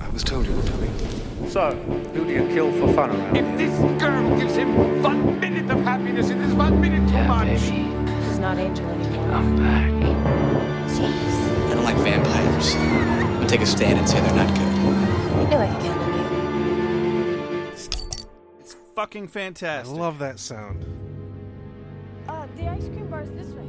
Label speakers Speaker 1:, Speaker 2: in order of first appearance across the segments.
Speaker 1: I was told you were coming.
Speaker 2: So, who do you kill for fun around
Speaker 3: If
Speaker 2: here?
Speaker 3: this girl gives him one minute of happiness, it is one minute too
Speaker 4: Yeah,
Speaker 3: much.
Speaker 4: baby,
Speaker 5: She's not Angel anymore.
Speaker 4: I'm back.
Speaker 6: Jeez.
Speaker 7: I don't like vampires. I'll take a stand and say they're not good.
Speaker 6: No, I can't.
Speaker 8: It's fucking
Speaker 1: I
Speaker 8: fantastic.
Speaker 1: love that sound.
Speaker 9: Uh, the ice cream bar's this way.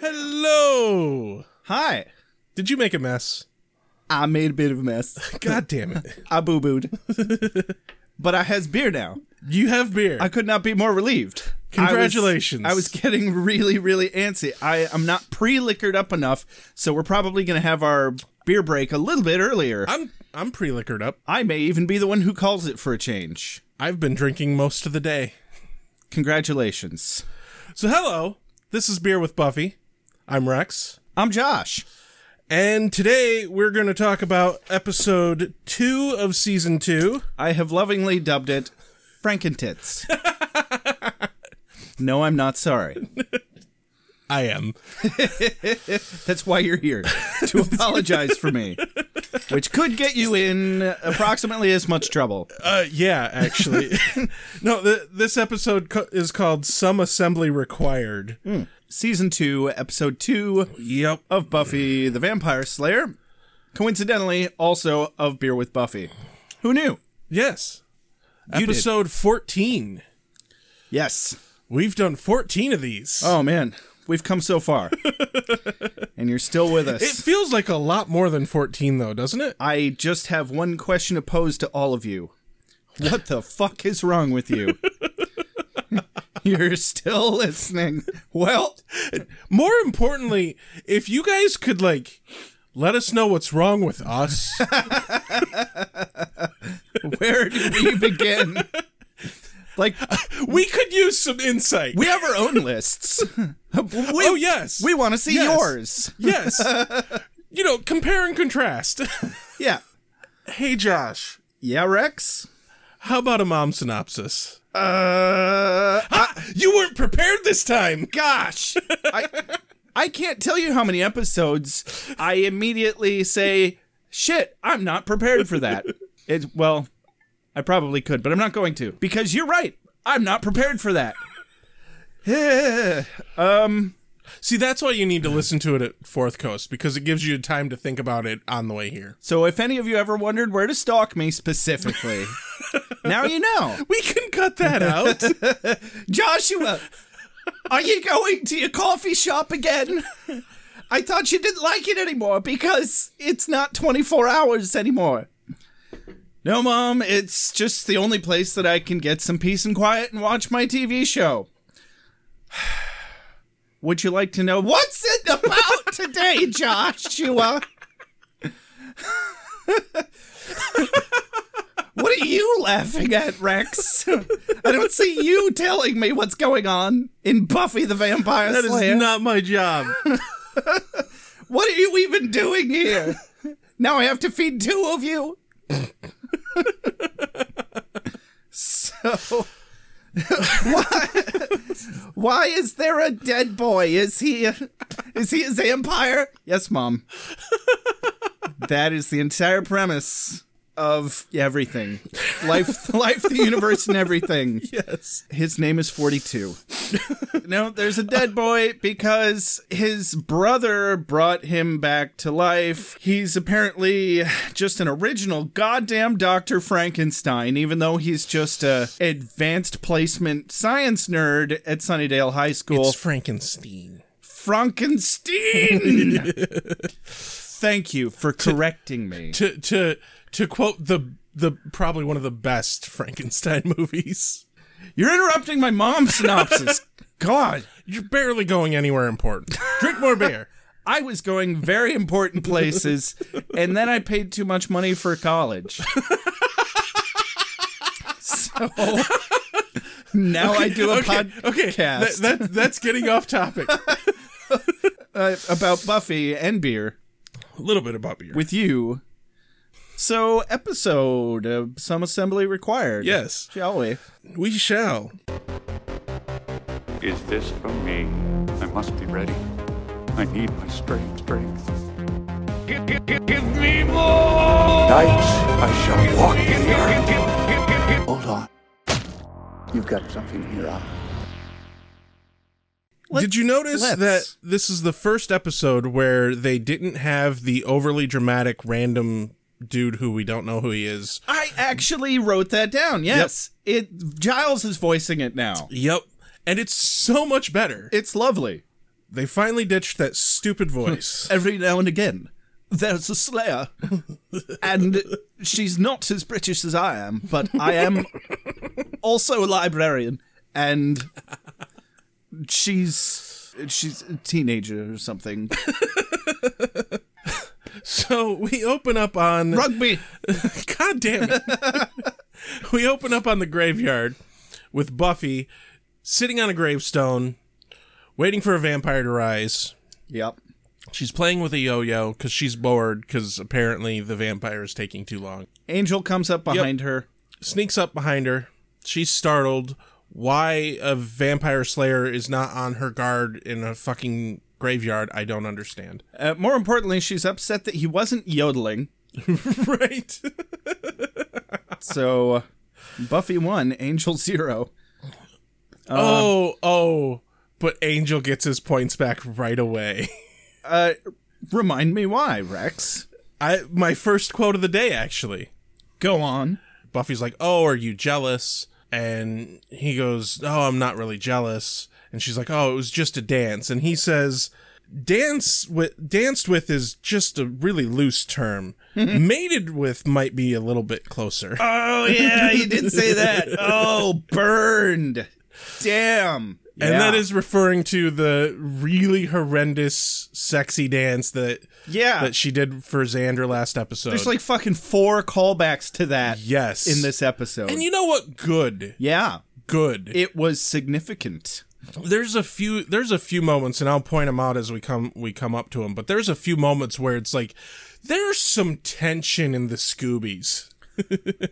Speaker 10: Hello.
Speaker 8: Hi.
Speaker 10: Did you make a mess?
Speaker 8: I made a bit of a mess.
Speaker 10: God damn it.
Speaker 8: I boo booed. but I has beer now.
Speaker 10: You have beer.
Speaker 8: I could not be more relieved. I was-
Speaker 10: Congratulations.
Speaker 8: I was, getting really, really antsy. I, I'm not pre liquored up enough, so we're probably going to have our beer break a little bit earlier. i
Speaker 10: I'm I'm pre liquored up.
Speaker 8: may even be the one who calls it for a change.
Speaker 10: I've been drinking most of the day.
Speaker 8: Congratulations.
Speaker 10: So hello. This is Beer with Buffy. I'm Rex.
Speaker 8: I'm Josh.
Speaker 10: And today we're going to talk about episode 2 of season 2.
Speaker 8: I have lovingly dubbed it Frankentits. no, I'm not sorry.
Speaker 10: I am.
Speaker 8: That's why you're here to apologize for me, which could get you in approximately as much trouble.
Speaker 10: Uh yeah, actually. no, th- this episode co- is called Some Assembly Required.
Speaker 8: Season 2, Episode 2
Speaker 10: Yep.
Speaker 8: of Buffy the Vampire Slayer. Coincidentally, also of Beer with Buffy. Who knew?
Speaker 10: Yes.
Speaker 8: You did.
Speaker 10: episode 14.
Speaker 8: Yes.
Speaker 10: We've done 14 of these.
Speaker 8: Oh, man. We've come so far. and you're still with us.
Speaker 10: It feels like a lot more than 14, though, doesn't it?
Speaker 8: I just have one question to pose to all of you. What the fuck is wrong with you? You're still listening. Well,
Speaker 10: More importantly, if you guys could, like, let us know what's wrong with us,
Speaker 8: where do we begin? Like,
Speaker 10: we could use some insight.
Speaker 8: we have our own lists. We,
Speaker 10: oh, yes.
Speaker 8: We want to see
Speaker 10: Yes.
Speaker 8: yours.
Speaker 10: Yes. you know, compare and contrast.
Speaker 8: Yeah.
Speaker 10: hey, Josh,
Speaker 8: Yeah, Rex?
Speaker 10: how about a mom synopsis? Ah,
Speaker 8: Uh,
Speaker 10: You weren't prepared this time.
Speaker 8: gosh. I, I can't tell you how many episodes I immediately say, shit, I'm not prepared for that. It, well, I probably could, but I'm not going to because you're right. I'm not prepared for that.
Speaker 10: See, that's why you need to listen to it at Fourth Coast because it gives you time to think about it on the way here.
Speaker 8: So, if any of you ever wondered where to stalk me specifically, now you know.
Speaker 10: We can cut that out.
Speaker 8: Joshua, are you going to your coffee shop again? I thought you didn't like it anymore because it's not 24 hours anymore. No, Mom, it's just the only place that I can get some peace and quiet and watch my TV show. Would you like to know what's it about today, Joshua? What are you laughing at, Rex? I don't see you telling me what's going on in Buffy the Vampire
Speaker 10: That is
Speaker 8: Slayer.
Speaker 10: not my job.
Speaker 8: what are you even doing here? now I have to feed two of you. so why why is there a dead boy? Is he is he a vampire? Yes, mom. that is the entire premise of everything. Life life the universe and everything.
Speaker 10: yes.
Speaker 8: His name is 42. no, there's a dead boy because his brother brought him back to life. He's apparently just an original goddamn Dr. Frankenstein, even though he's just a advanced placement science nerd at Sunnydale High School.
Speaker 10: It's Frankenstein.
Speaker 8: Frankenstein! Thank you for correcting me.
Speaker 10: To to to quote the the probably one of the best Frankenstein movies.
Speaker 8: You're interrupting my mom's synopsis. God.
Speaker 10: You're barely going anywhere important. Drink more beer.
Speaker 8: I was going very important places, and then I paid too much money for college. so now I do a podcast
Speaker 10: okay, that, that that's getting off topic. A
Speaker 8: uh, about Buffy and beer
Speaker 10: little bit about beer.
Speaker 8: with you. So episode uh, some assembly required.
Speaker 10: yes,
Speaker 8: shall we?
Speaker 10: we shall.
Speaker 2: Is this from me? I must be ready.
Speaker 3: I need my strength. Strength. Give, give, give, give me more.
Speaker 4: Nights I shall walk
Speaker 3: Give,
Speaker 4: the
Speaker 3: give,
Speaker 4: earth.
Speaker 3: give, give, give, give, give.
Speaker 4: Hold on. You've got something here. I-
Speaker 10: Did you notice
Speaker 8: let's-
Speaker 10: that this is the first episode where they didn't have the overly dramatic random dude who we don't know who he is?
Speaker 8: I actually wrote that down. Yes. It Giles is voicing it now.
Speaker 10: Yep. And it's so much better.
Speaker 8: It's lovely.
Speaker 10: They finally ditched that stupid voice.
Speaker 8: Every now and again, there's a slayer. and she's not as British as I am, but I am also a librarian and she's she's a teenager or something.
Speaker 10: so we open up on
Speaker 8: Rugby.
Speaker 10: God damn it. we open up on the graveyard with Buffy sitting on a gravestone, waiting for a vampire to rise.
Speaker 8: Yep.
Speaker 10: She's playing with a yo yo because she's bored because apparently the vampire is taking too long.
Speaker 8: Angel comes up behind her.
Speaker 10: Sneaks up behind her. She's startled why a vampire slayer is not on her guard in a fucking graveyard. I don't understand.
Speaker 8: Uh, more importantly, she's upset that he wasn't yodeling.
Speaker 10: right.
Speaker 8: So uh, Buffy 1, Angel 0.
Speaker 10: oh, oh. But Angel gets his points back right away.
Speaker 8: Uh, remind me why, Rex.
Speaker 10: I my first quote of the day actually.
Speaker 8: Go on.
Speaker 10: Buffy's like, "Oh, are you jealous?" And he goes, "Oh, I'm not really jealous." And she's like, "Oh, it was just a dance." And he says, "Dance with danced with is just a really loose term. Mated with might be a little bit closer."
Speaker 8: Mm-hmm. Oh yeah, you did say that. Oh, burned. Damn.
Speaker 10: And that is referring to the really horrendous sexy dance that
Speaker 8: yeah.
Speaker 10: that she did for Xander last episode.
Speaker 8: There's like fucking four callbacks to that
Speaker 10: yes.
Speaker 8: in this episode.
Speaker 10: And you know what? Good.
Speaker 8: yeah,
Speaker 10: Good.
Speaker 8: it was significant.
Speaker 10: there's a few there's a few moments and I'll point them out as we come we come up to them but there's a few moments where it's like there's some tension in the Scoobies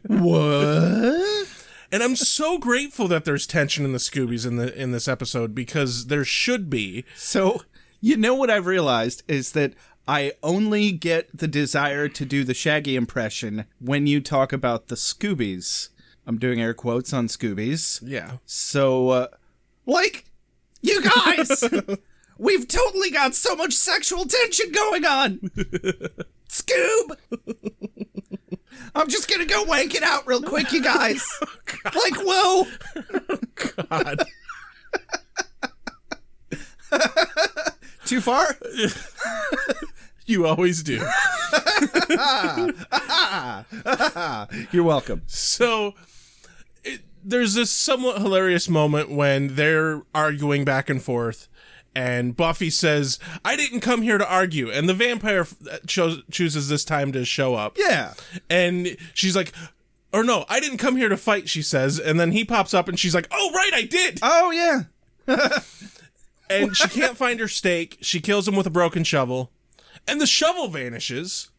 Speaker 10: Uh?
Speaker 8: What?
Speaker 10: and I'm so grateful that there's tension in the Scoobies in the in this episode because there should be
Speaker 8: So, you know what I've realized is that I only get the desire to do the Shaggy impression when you talk about the Scoobies. I'm doing air quotes on Scoobies.
Speaker 10: yeah
Speaker 8: So, uh, like, you guys, we've totally got so much sexual tension going on. Scoob, I'm just gonna go wank it out real quick, you guys.
Speaker 10: Oh,
Speaker 8: like, whoa,
Speaker 10: God
Speaker 8: too far?
Speaker 10: you always do
Speaker 8: You're welcome.
Speaker 10: so it, there's this somewhat hilarious moment when they're arguing back and forth and Buffy says, "I didn't come here to argue." And the vampire f- uh, cho- chooses this time to show up.
Speaker 8: Yeah,
Speaker 10: and she's like or no i didn't come here to fight she says and then he pops up and she's like oh right i did
Speaker 8: oh, yeah,
Speaker 10: and she can't find her stake she kills him with a broken shovel and the shovel vanishes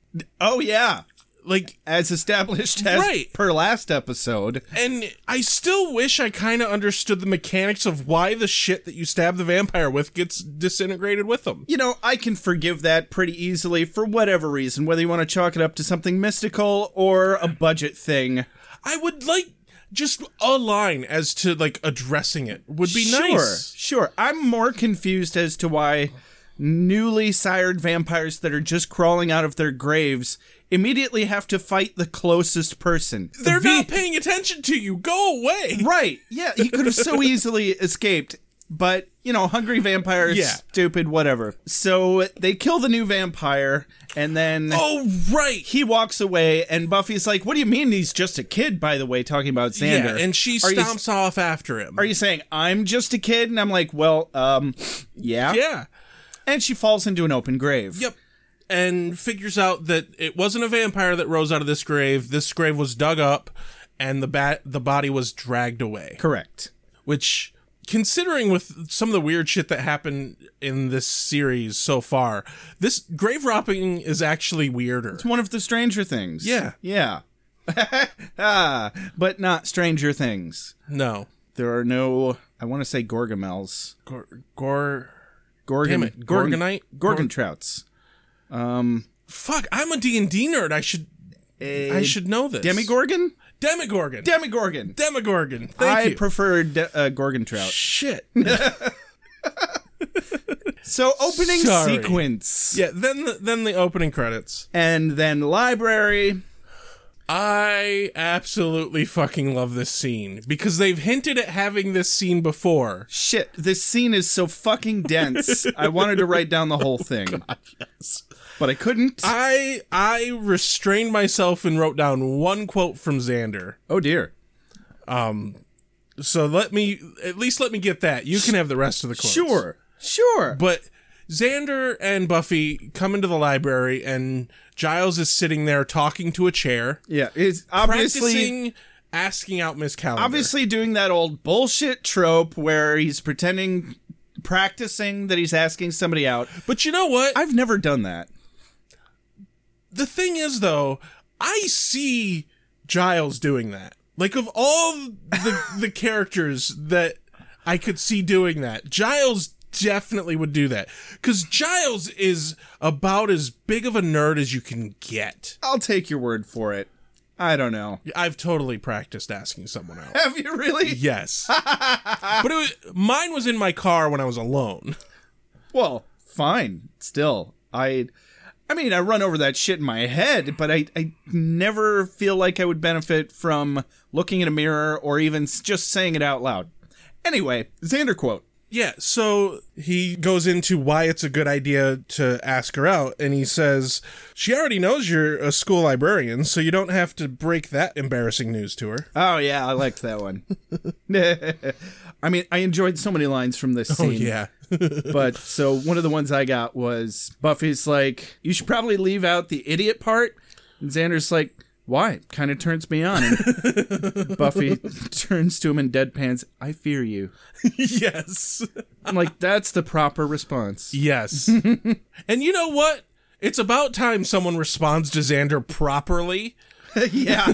Speaker 8: oh, yeah.
Speaker 10: like
Speaker 8: As established as
Speaker 10: Right.
Speaker 8: per last episode,
Speaker 10: and i still wish i kind of understood the mechanics of why the shit that you stab the vampire with gets disintegrated with them
Speaker 8: you know, I can forgive that pretty easily for whatever reason, whether you want to chalk it up to something mystical or a budget thing.
Speaker 10: i would like just a line as to like addressing it would be
Speaker 8: sure,
Speaker 10: nice
Speaker 8: Sure. I'm more confused as to why newly sired vampires that are just crawling out of their graves immediately have to fight the closest person.
Speaker 10: they're
Speaker 8: V-
Speaker 10: not paying attention to you go away
Speaker 8: Right. Yeah, he could have so easily escaped. But, you know, hungry vampires,
Speaker 10: Yeah.
Speaker 8: stupid, whatever. So they kill the new vampire, and then
Speaker 10: oh right
Speaker 8: he walks away, and Buffy's like, What do you mean he's just a kid, by the way, talking about Xander?
Speaker 10: Yeah, and she
Speaker 8: Are you-
Speaker 10: stomps off after him.
Speaker 8: Are you saying I'm just a kid? And I'm like, Well, um,
Speaker 10: yeah.
Speaker 8: and she falls into an open grave.
Speaker 10: Yep. And figures out that it wasn't a vampire that rose out of this grave. This grave was dug up and the bat the body was dragged away.
Speaker 8: Correct.
Speaker 10: Which considering with some of the weird shit that happened in this series so far, this grave robbing is actually weirder.
Speaker 8: One of the Stranger Things.
Speaker 10: Yeah.
Speaker 8: Yeah. ah, but not Stranger Things.
Speaker 10: No.
Speaker 8: There are no, I want to say Gorgamels.
Speaker 10: Gore, gore
Speaker 8: Gorgon,
Speaker 10: Damn it, Gorgonite?
Speaker 8: Gorgon trouts.
Speaker 10: Fuck, I'm a D&D nerd. I should I should know this.
Speaker 8: Demigorgon?
Speaker 10: Demigorgon.
Speaker 8: Demigorgon.
Speaker 10: Demigorgon. Thank
Speaker 8: I
Speaker 10: you.
Speaker 8: prefer de- uh, Gorgon trout.
Speaker 10: Shit.
Speaker 8: So opening
Speaker 10: Sorry.
Speaker 8: sequence.
Speaker 10: yeah, then the, then the opening credits.
Speaker 8: And then library.
Speaker 10: I absolutely fucking love this scene because they've hinted at having this scene before.
Speaker 8: Shit, this scene is so fucking dense. I wanted to write down the whole thing. But I couldn't.
Speaker 10: I I restrained myself and wrote down one quote from Xander.
Speaker 8: oh dear.
Speaker 10: So let me at least let me get that. You can have the rest of the quotes.
Speaker 8: Sure. Sure.
Speaker 10: But Xander and Buffy come into the library and Giles is sitting there talking to a chair.
Speaker 8: yeah, it's obviously
Speaker 10: practicing asking out Miss Calendar.
Speaker 8: obviously doing that old bullshit trope where he's pretending practicing that he's asking somebody out.
Speaker 10: But you know what?
Speaker 8: I've never done that.
Speaker 10: the thing is though, I see Giles doing that. Like of all the the characters that I could see doing that, Giles definitely would do that cuz Giles is about as big of a nerd as you can get.
Speaker 8: I'll take your word for it. I don't know.
Speaker 10: I've totally practiced asking someone out.
Speaker 8: Have you really?
Speaker 10: Yes. but it was, mine was in my car when I was alone.
Speaker 8: Well, fine. Still, I I mean, I run over that shit in my head, but I I never feel like I would benefit from looking in a mirror or even s- just saying it out loud. Anyway, Xander quote.
Speaker 10: Yeah, so he goes into why it's a good idea to ask her out, and he says, She already knows you're a school librarian, so you don't have to break that embarrassing news to her.
Speaker 8: Oh yeah, I liked that one. I mean, I enjoyed so many lines from this
Speaker 10: Oh,
Speaker 8: scene. but so one of the ones I got was Buffy's like, you should probably leave out the idiot part. And Xander's like, why? Kind of turns me on. And Buffy turns to him and deadpans, I fear you.
Speaker 10: yes.
Speaker 8: I'm like, that's the proper response.
Speaker 10: Yes. and you know what? It's about time someone responds to Xander properly.
Speaker 8: yeah.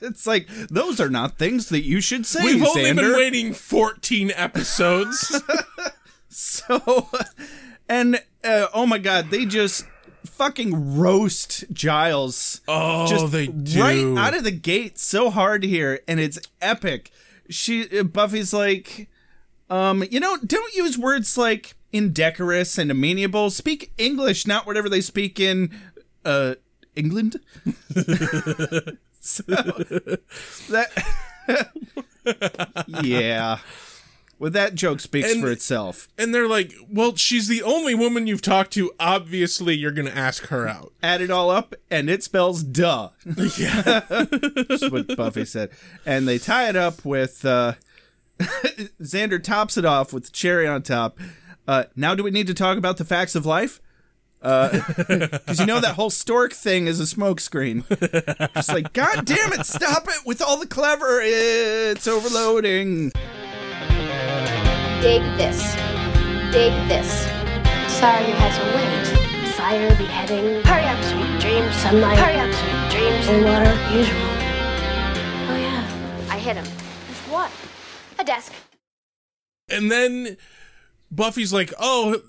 Speaker 8: it's like, those are not things that you should say,
Speaker 10: We've only
Speaker 8: Xander.
Speaker 10: been waiting 14 episodes.
Speaker 8: So, and uh, oh my god, they just fucking roast Giles.
Speaker 10: Oh,
Speaker 8: just
Speaker 10: they do.
Speaker 8: right out of the gate so hard here, and it's epic. She uh, Buffy's like, um, you know, don't use words like indecorous and amenable. Speak English, not whatever they speak in, uh, England. so that. yeah. Well, that joke speaks
Speaker 10: And-
Speaker 8: for itself.
Speaker 10: and they're like, Well, she's the only woman you've talked to. Obviously, you're going to ask her out.
Speaker 8: add it all up and it spells duh. Yeah. That's what Buffy said. And they tie it up with uh Xander tops it off with the cherry on top. Uh now do we need to talk about the facts of life? Because you know that whole stork thing is a smokescreen. Just like, God damn it, stop it with all the clever. It's overloading.
Speaker 6: Dig this. Dig this. Sorry you had to wait. Fire, beheading. Hurry up, sweet dreams. Sunlight. Hurry up, sweet dreams. And water, usual. Oh, yeah. I hit him. With what? A desk.
Speaker 10: And then Buffy's like, "Oh."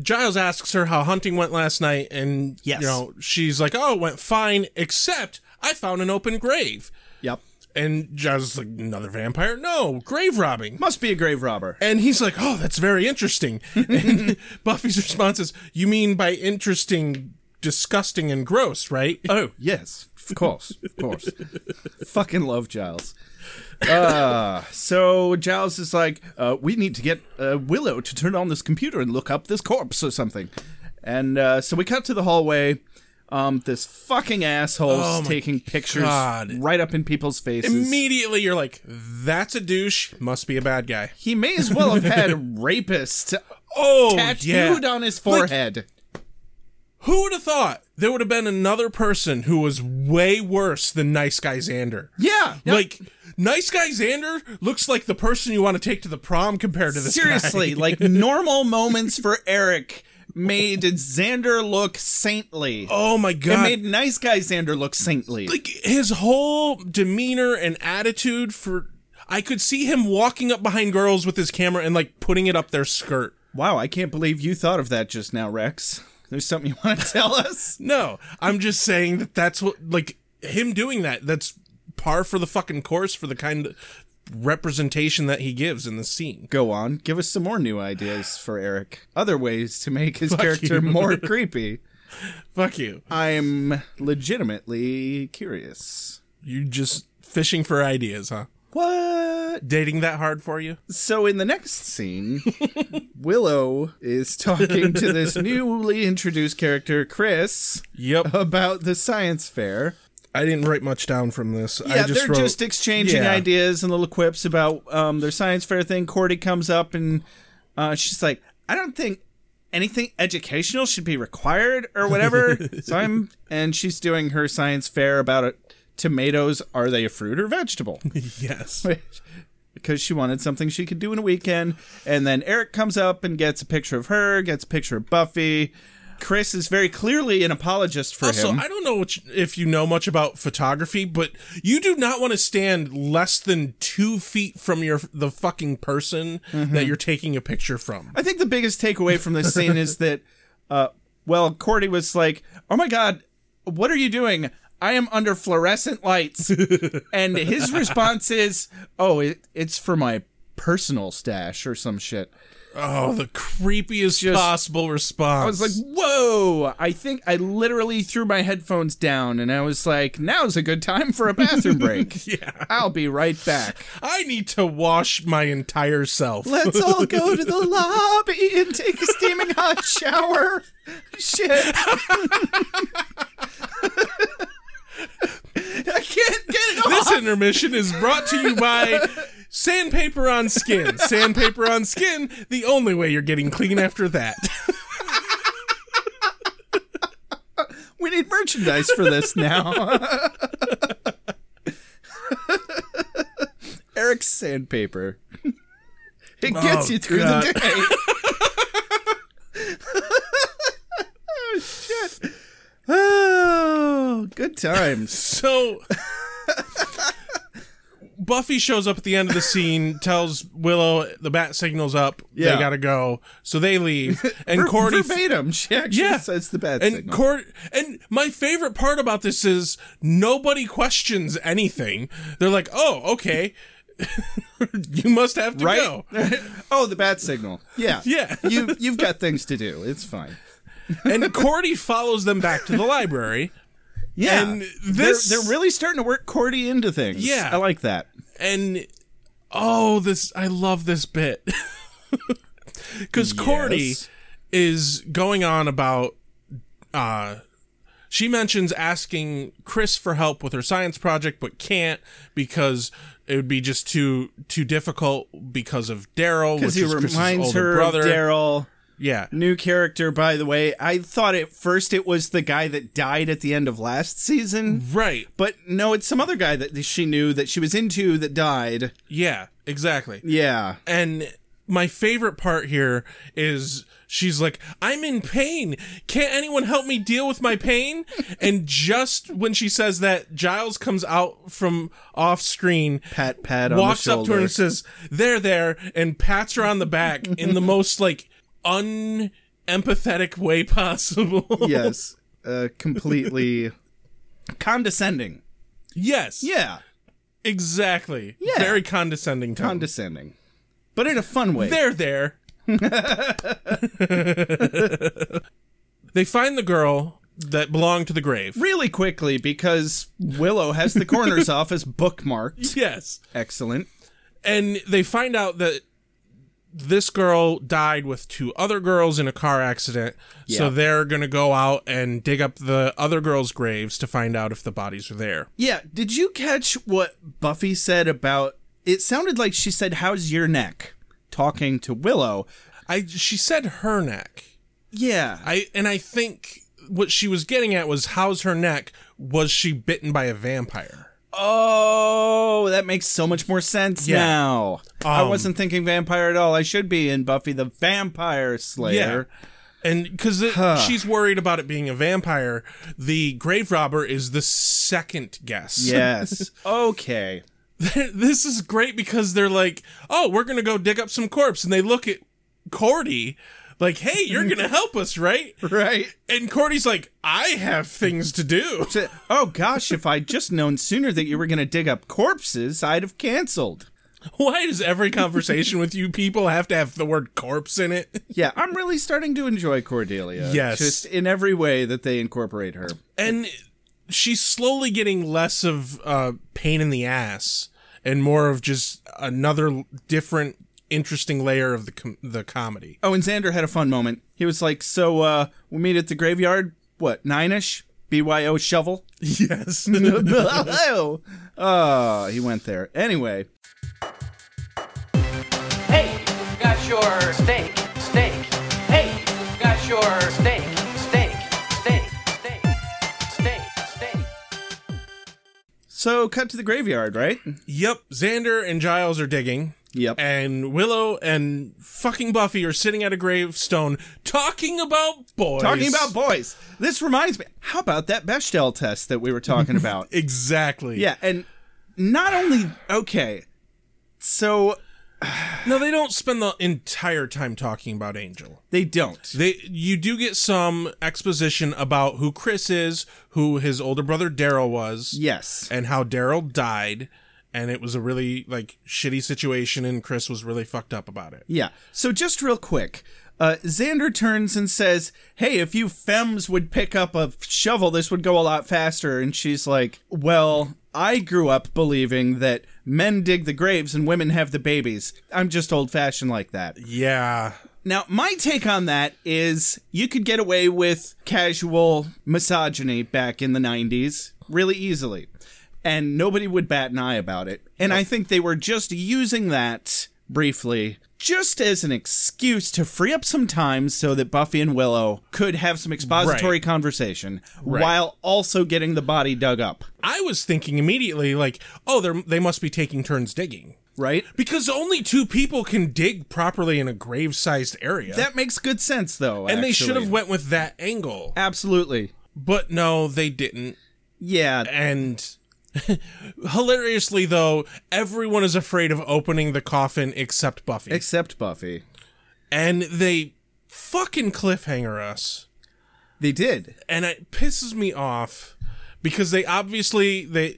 Speaker 10: Giles asks her how hunting went last night, and
Speaker 8: Yes.
Speaker 10: you know she's like, "Oh, it went fine, except I found an open grave."
Speaker 8: Yep.
Speaker 10: And Giles is like, "Another vampire? No, grave robbing."
Speaker 8: Must be a grave robber.
Speaker 10: And he's like, "Oh, that's very interesting." and Buffy's response is, "You mean by interesting, disgusting, and gross, right?"
Speaker 8: Oh, yes. Of course. Of course. Fucking love Giles. Uh, so Giles is like, uh, we need to get uh, Willow to turn on this computer and look up this corpse or something. And uh, so we cut to the hallway. Um, this fucking asshole's
Speaker 10: Oh my
Speaker 8: taking pictures
Speaker 10: God.
Speaker 8: right up in people's faces.
Speaker 10: Immediately, you're like, "That's a douche. Must be a bad guy."
Speaker 8: he may as well have had a rapist
Speaker 10: Oh,
Speaker 8: tattooed on his
Speaker 10: Like,
Speaker 8: forehead.
Speaker 10: Who would have thought there would have been another person who was way worse than Nice Guy Xander?
Speaker 8: yeah. no,
Speaker 10: Like, Nice Guy Xander looks like the person you want to take to the prom compared to this guy.
Speaker 8: Seriously, like normal moments for Eric made Xander look saintly.
Speaker 10: oh my
Speaker 8: It
Speaker 10: god.
Speaker 8: made nice guy Xander look saintly.
Speaker 10: like, his whole demeanor and attitude for. I could see him walking up behind girls with his camera and, like, putting it up their skirt.
Speaker 8: Wow, I can't believe you thought of that just now, Rex. There's something you want to tell us?
Speaker 10: No, I'm just saying that that's what like him doing that. That's par for the fucking course for the kind of representation that he gives in the scene.
Speaker 8: Go on, give us some more new ideas for Eric. Other ways to make his character more creepy.
Speaker 10: Fuck you.
Speaker 8: I'm legitimately curious.
Speaker 10: You just fishing for ideas, huh?
Speaker 8: What?
Speaker 10: Dating that hard for you?
Speaker 8: So, in the next scene, Willow is talking to this newly introduced character, Chris,
Speaker 10: Yep.
Speaker 8: about the science fair.
Speaker 10: I didn't write much down from this.
Speaker 8: Yeah,
Speaker 10: I just
Speaker 8: they're
Speaker 10: wrote,
Speaker 8: just exchanging
Speaker 10: Yeah.
Speaker 8: ideas and little quips about um, their science fair thing. Cordy comes up and uh, she's like, "I don't think anything educational should be required or whatever." so I'm, and she's doing her science fair about it. Tomatoes are they a fruit or vegetable?
Speaker 10: yes.
Speaker 8: because she wanted something she could do in a weekend. And then Eric comes up and gets a picture of her, gets a picture of Buffy. Chris is very clearly an apologist for
Speaker 10: Also,
Speaker 8: him.
Speaker 10: I don't know what you- if you know much about photography, but you do not want to stand less than two feet from your the fucking person that you're taking a picture from.
Speaker 8: I think the biggest takeaway from this scene is that, uh, well, Cordy was like, "Oh my god, what are you doing? I am under fluorescent lights," and his response is, "Oh, it, it's for my personal stash or some shit."
Speaker 10: Oh, the creepiest
Speaker 8: Just-
Speaker 10: possible response.
Speaker 8: I was like, "Whoa!" I think I literally threw my headphones down, and I was like, "Now's a good time for a bathroom break. yeah, I'll be right back.
Speaker 10: I need to wash my entire self.
Speaker 8: Let's all go to the lobby and take a steaming hot shower." Shit.
Speaker 10: I can't get it This intermission is brought to you by Sandpaper on Skin. Sandpaper on Skin, the only way you're getting clean after that.
Speaker 8: We need merchandise for this now. Eric's sandpaper. It gets
Speaker 10: Oh,
Speaker 8: you through
Speaker 10: God.
Speaker 8: the day. oh, shit. Oh, good times.
Speaker 10: So Buffy shows up at the end of the scene, tells Willow the bat signals up,
Speaker 8: Yeah.
Speaker 10: they gotta go. So they leave. And Cordy
Speaker 8: verbatim, she actually
Speaker 10: Yeah.
Speaker 8: says the bad
Speaker 10: and
Speaker 8: signal.
Speaker 10: Cord- and my favorite part about this is nobody questions anything. They're like, "Oh, okay. you must have to go."
Speaker 8: oh, the bad signal. Yeah,
Speaker 10: Yeah.
Speaker 8: You you've got things to do. It's fine.
Speaker 10: and Cordy follows them back to the library.
Speaker 8: Yeah,
Speaker 10: And
Speaker 8: They're-
Speaker 10: this-
Speaker 8: they're, really starting to work Cordy into things.
Speaker 10: Yeah.
Speaker 8: I like that.
Speaker 10: And oh, this I love this bit because Cordy
Speaker 8: Yes.
Speaker 10: is going on about. Uh, she mentions asking Chris for help with her science project, but can't because it would be just too too difficult because of Daryl,
Speaker 8: because
Speaker 10: which
Speaker 8: he
Speaker 10: is Chris's
Speaker 8: reminds
Speaker 10: older
Speaker 8: her
Speaker 10: brother.
Speaker 8: of Daryl.
Speaker 10: Yeah,
Speaker 8: New character, by the way. I thought at first it was the guy that died at the end of last season,
Speaker 10: right.
Speaker 8: but no, it's some other guy that she knew that she was into that died.
Speaker 10: Yeah, exactly.
Speaker 8: Yeah,
Speaker 10: And my favorite part here is she's like, I'm in pain. Can't anyone help me deal with my pain? and just when she says that, Giles comes out from off screen,
Speaker 8: pat pat on
Speaker 10: walks
Speaker 8: the
Speaker 10: up to her
Speaker 8: shoulder.
Speaker 10: and says, There, there, and pats her on the back in the most like unempathetic way possible.
Speaker 8: yes, uh, completely condescending.
Speaker 10: yes.
Speaker 8: Yeah,
Speaker 10: Exactly.
Speaker 8: Yeah.
Speaker 10: Very condescending tone.
Speaker 8: condescending, but in a fun way.
Speaker 10: There, there. they find the girl that belonged to the grave.
Speaker 8: Really quickly, because Willow has the coroner's office bookmarked.
Speaker 10: Yes.
Speaker 8: Excellent.
Speaker 10: And they find out that this girl died with two other girls in a car accident.
Speaker 8: Yeah.
Speaker 10: So they're going to go out and dig up the other girls' graves to find out if the bodies are there.
Speaker 8: Yeah, did you catch what Buffy said about it sounded like she said how's your neck talking to Willow.
Speaker 10: I she said her neck.
Speaker 8: Yeah.
Speaker 10: I and I think what she was getting at was how's her neck? Was she bitten by a vampire?
Speaker 8: Oh, that makes so much more sense
Speaker 10: Yeah.
Speaker 8: now. I
Speaker 10: Um,
Speaker 8: wasn't thinking vampire at all. I should be in Buffy the Vampire Slayer.
Speaker 10: And because she's worried about it being a vampire, the grave robber is the second guess.
Speaker 8: Yes. okay.
Speaker 10: this is great because they're like, oh, we're going to go dig up some corpse. And they look at Cordy, like, hey, you're going to help us, right?
Speaker 8: Right.
Speaker 10: And Cordy's like, I have things to do.
Speaker 8: So- oh gosh, if I'd just known sooner that you were going to dig up corpses, I'd have canceled.
Speaker 10: Why does every conversation with you people have to have the word corpse in it?
Speaker 8: Yeah, I'm really starting to enjoy Cordelia.
Speaker 10: Yes.
Speaker 8: Just in every way that they incorporate her.
Speaker 10: And she's slowly getting less of uh, pain in the ass and more of just another l- different interesting layer of the com- the comedy.
Speaker 8: Oh, and Xander had a fun moment. He was like, So, uh, we meet at the graveyard, what, nine ish? BYO shovel?
Speaker 10: Yes.
Speaker 8: oh, oh, he went there. Anyway,
Speaker 3: Hey, got your steak, steak. Hey, got your steak, steak, steak, steak, steak, steak.
Speaker 8: so cut to the graveyard, right?
Speaker 10: yep, Xander and Giles are digging.
Speaker 8: Yep.
Speaker 10: And Willow and fucking Buffy are sitting at a gravestone talking about boys.
Speaker 8: Talking about boys. This reminds me, how about that Bechdel test that we were talking about?
Speaker 10: Exactly.
Speaker 8: Yeah, and not only okay. So
Speaker 10: No, they don't spend the entire time talking about Angel.
Speaker 8: they don't.
Speaker 10: They you do get some exposition about who Chris is, who his older brother Daryl was,
Speaker 8: Yes.
Speaker 10: and how Daryl died, and it was a really like shitty situation, and Chris was really fucked up about it.
Speaker 8: Yeah. So just real quick, uh, Xander turns and says, "Hey, if you femmes would pick up a shovel, this would go a lot faster." And she's like, "Well, I grew up believing that men dig the graves and women have the babies. I'm just old-fashioned like that."
Speaker 10: Yeah,
Speaker 8: Now, my take on that is you could get away with casual misogyny back in the 90s really easily, and nobody would bat an eye about it. And I think they were just using that briefly just as an excuse to free up some time so that Buffy and Willow could have some expository
Speaker 10: Right.
Speaker 8: conversation while also getting the body dug up,
Speaker 10: I was thinking immediately like, oh, they they must be taking turns digging
Speaker 8: right?
Speaker 10: because only two people can dig properly in a grave sized area,
Speaker 8: That makes good sense though.
Speaker 10: and they should
Speaker 8: actually.
Speaker 10: have went with that angle,
Speaker 8: Absolutely.
Speaker 10: but no, they didn't.
Speaker 8: Yeah.
Speaker 10: and hilariously though everyone is afraid of opening the coffin except buffy
Speaker 8: Except Buffy.
Speaker 10: and they fucking cliffhanger us
Speaker 8: They did.
Speaker 10: and it pisses me off because they obviously they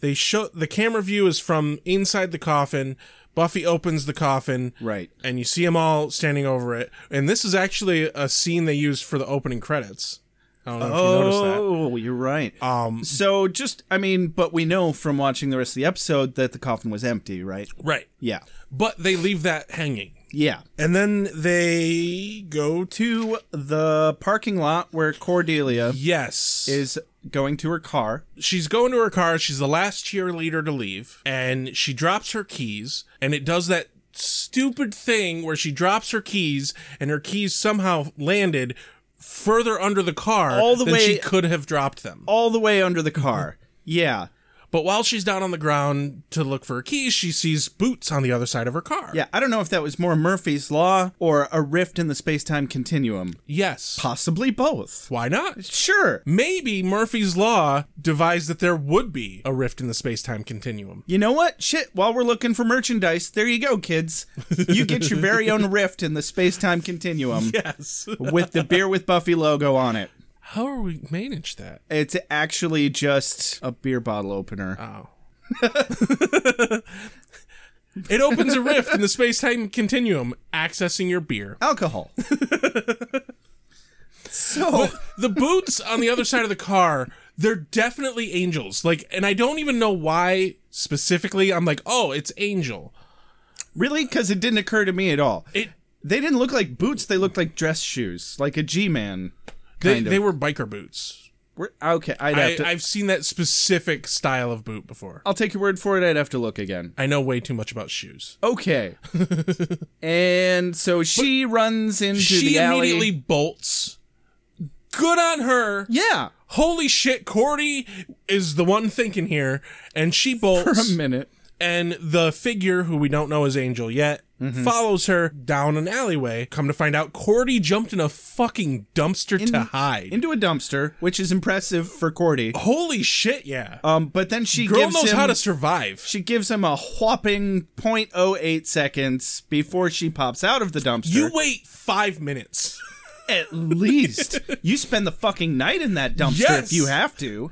Speaker 10: they show the camera view is from inside the coffin buffy opens the coffin
Speaker 8: Right.
Speaker 10: and you see them all standing over it and this is actually a scene they used for the opening credits i don't know if you noticed that
Speaker 8: Oh, you're right. Um, so just, I mean, but we know from watching the rest of the episode that the coffin was empty, right?
Speaker 10: right
Speaker 8: Yeah,
Speaker 10: but they leave that hanging
Speaker 8: yeah.
Speaker 10: And then they go to
Speaker 8: To the parking lot where Cordelia
Speaker 10: yes,
Speaker 8: is going to her car.
Speaker 10: she's going to her car. She's the last cheerleader to leave, and she drops her keys, and it does that stupid thing where she drops her keys, and her keys somehow landed further under the car
Speaker 8: All the
Speaker 10: than she
Speaker 8: way-
Speaker 10: could have dropped them.
Speaker 8: All the way under the car. yeah,
Speaker 10: But while she's down on the ground to look for her keys, she sees boots on the other side of her car.
Speaker 8: yeah. I don't know if that was more Murphy's Law or a rift in the space time continuum.
Speaker 10: Yes.
Speaker 8: Possibly both.
Speaker 10: Why not?
Speaker 8: Sure.
Speaker 10: Maybe Murphy's Law devised that there would be a rift in the space time continuum.
Speaker 8: You know what? Shit, while we're looking for merchandise, there you go, kids. You get your very own rift in the space time continuum.
Speaker 10: Yes.
Speaker 8: with the beer with Buffy logo on it.
Speaker 10: How are we manage that?
Speaker 8: It's actually just a beer bottle opener.
Speaker 10: Ah. It opens a rift in the space-time continuum, accessing your beer.
Speaker 8: Alcohol. so
Speaker 10: The boots on the other side of the car, they're definitely angels. Like, and I don't even know why specifically. I'm like, oh, it's angel.
Speaker 8: really, because it didn't occur to me at all.
Speaker 10: It
Speaker 8: they didn't look like boots. They looked like dress shoes, like a G-man.
Speaker 10: they,
Speaker 8: Kind of.
Speaker 10: they were biker boots.
Speaker 8: We're, okay, I'd have
Speaker 10: I,
Speaker 8: to. i
Speaker 10: I've seen that specific style of boot before.
Speaker 8: will take your word for it. I'd have to look again.
Speaker 10: I know way too much about shoes.
Speaker 8: Okay. and so she runs into
Speaker 10: She
Speaker 8: the alley.
Speaker 10: immediately bolts. Good on her.
Speaker 8: yeah.
Speaker 10: Holy shit, Cordy is the one thinking here, and she bolts.
Speaker 8: For a minute.
Speaker 10: And the figure, who we don't know is Angel yet,
Speaker 8: Mm-hmm.
Speaker 10: follows her down an alleyway. Come to find out, Cordy jumped in a fucking dumpster
Speaker 8: In-
Speaker 10: to hide.
Speaker 8: into a dumpster, which is impressive for Cordy.
Speaker 10: Holy shit, yeah.
Speaker 8: Um, but then she
Speaker 10: Girl
Speaker 8: gives
Speaker 10: knows
Speaker 8: him,
Speaker 10: how to survive.
Speaker 8: She gives him a whopping 0.08 seconds before she pops out of the dumpster.
Speaker 10: you wait five minutes.
Speaker 8: at least you spend the fucking night in that dumpster
Speaker 10: Yes.
Speaker 8: if you have to.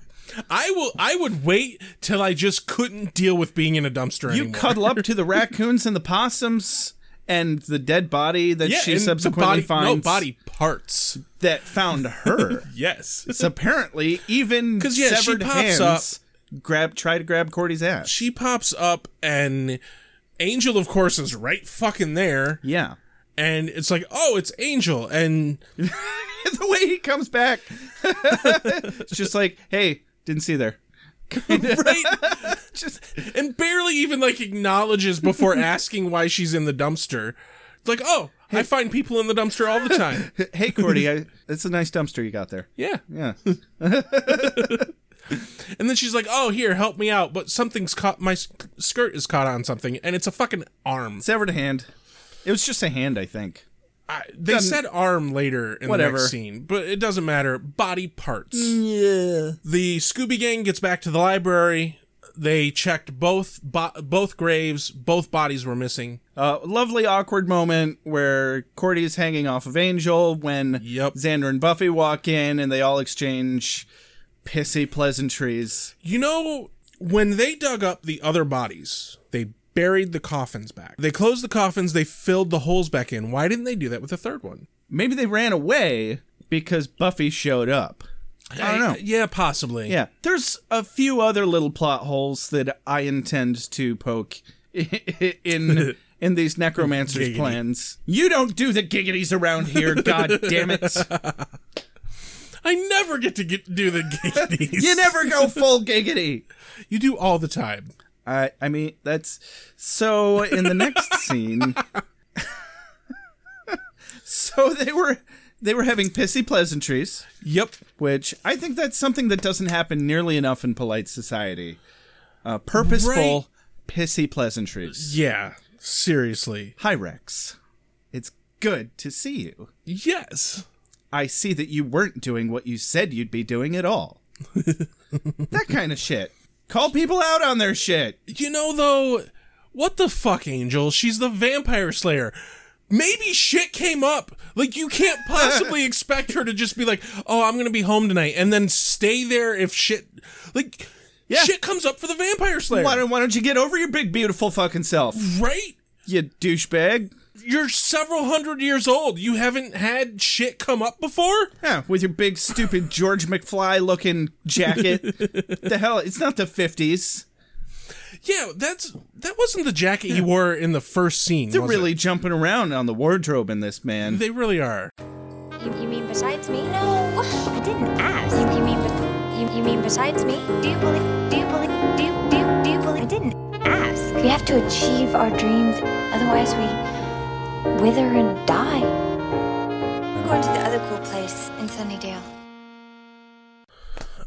Speaker 10: I will. I would wait till I just couldn't deal with being in a dumpster
Speaker 8: You
Speaker 10: anymore.
Speaker 8: cuddle up to the raccoons and the possums and the dead body that
Speaker 10: Yeah,
Speaker 8: she
Speaker 10: and the
Speaker 8: subsequently
Speaker 10: body,
Speaker 8: finds
Speaker 10: no body parts.
Speaker 8: that found her.
Speaker 10: Yes,
Speaker 8: It's apparently even
Speaker 10: 'Cause, yeah, she
Speaker 8: severed
Speaker 10: pops
Speaker 8: hands grab try to grab Cordy's ass.
Speaker 10: she pops up and Angel, of course, is right fucking there,
Speaker 8: yeah.
Speaker 10: and it's like, oh, it's Angel, and
Speaker 8: the way he comes back. it's just like, hey, didn't see you there.
Speaker 10: right, just and barely even like acknowledges before asking why she's in the dumpster. It's like, oh, I find people in the dumpster all the time.
Speaker 8: Hey, Cordy, I, it's a nice dumpster you got there.
Speaker 10: Yeah,
Speaker 8: Yeah.
Speaker 10: and then she's like, oh, here, help me out, but something's caught. My s- skirt is caught on something, and it's a fucking arm.
Speaker 8: Severed hand. It was just a hand, I think.
Speaker 10: I, they
Speaker 8: Doesn't-
Speaker 10: said arm later in
Speaker 8: Whatever.
Speaker 10: the next scene, but it doesn't matter. Body parts. Yeah. The Scooby Gang gets back to the library. They checked both bo- both graves. Both bodies were missing.
Speaker 8: Uh, lovely awkward moment where Cordy is hanging off of Angel when
Speaker 10: Yep.
Speaker 8: Xander and Buffy walk in and they all exchange pissy pleasantries.
Speaker 10: You know, when they dug up the other bodies, they buried the coffins back. They closed the coffins. They filled the holes back in. Why didn't they do that with the third one?
Speaker 8: Maybe they ran away because Buffy showed up. I don't know.
Speaker 10: yeah, possibly.
Speaker 8: Yeah, there's a few other little plot holes that I intend to poke in in these necromancers'
Speaker 10: Giggity.
Speaker 8: plans. You don't do the giggities around here, god damn it.
Speaker 10: I never get to get, do the giggities.
Speaker 8: You never go full giggity.
Speaker 10: You do all the time.
Speaker 8: I I mean, that's so in the next scene. so they were they were having pissy pleasantries,
Speaker 10: Yep.
Speaker 8: which I think that's something that doesn't happen nearly enough in polite society. Uh, purposeful
Speaker 10: Right.
Speaker 8: pissy pleasantries.
Speaker 10: Yeah. Seriously.
Speaker 8: Hi, Rex. It's good to see you.
Speaker 10: Yes.
Speaker 8: I see that you weren't doing what you said you'd be doing at all. that kind of shit. Call people out on their shit.
Speaker 10: You know, though, what the fuck, Angel? She's the vampire slayer. Maybe shit came up. Like, you can't possibly expect her to just be like, oh, I'm going to be home tonight, and then stay there if shit. Like,
Speaker 8: Yeah.
Speaker 10: shit comes up for the vampire slayer.
Speaker 8: Why don't, why don't you get over your big, beautiful fucking self,
Speaker 10: right?
Speaker 8: you douchebag?
Speaker 10: You're several hundred years old. You haven't had shit come up before?
Speaker 8: Yeah, with your big, stupid George McFly looking jacket. the hell? It's not the 50s.
Speaker 10: Yeah, that's that wasn't the jacket he wore in the first scene.
Speaker 8: They're
Speaker 10: was it?
Speaker 8: really jumping around on the wardrobe in this, man.
Speaker 10: they really are.
Speaker 9: You, you mean besides me?
Speaker 5: No, I didn't ask. You, you mean, be- you, you mean besides me? Do you believe? Do you believe? Do you, do you, do you believe? I didn't ask. We have to achieve our dreams, otherwise we wither and die. We're going to the other cool place in Sunnydale.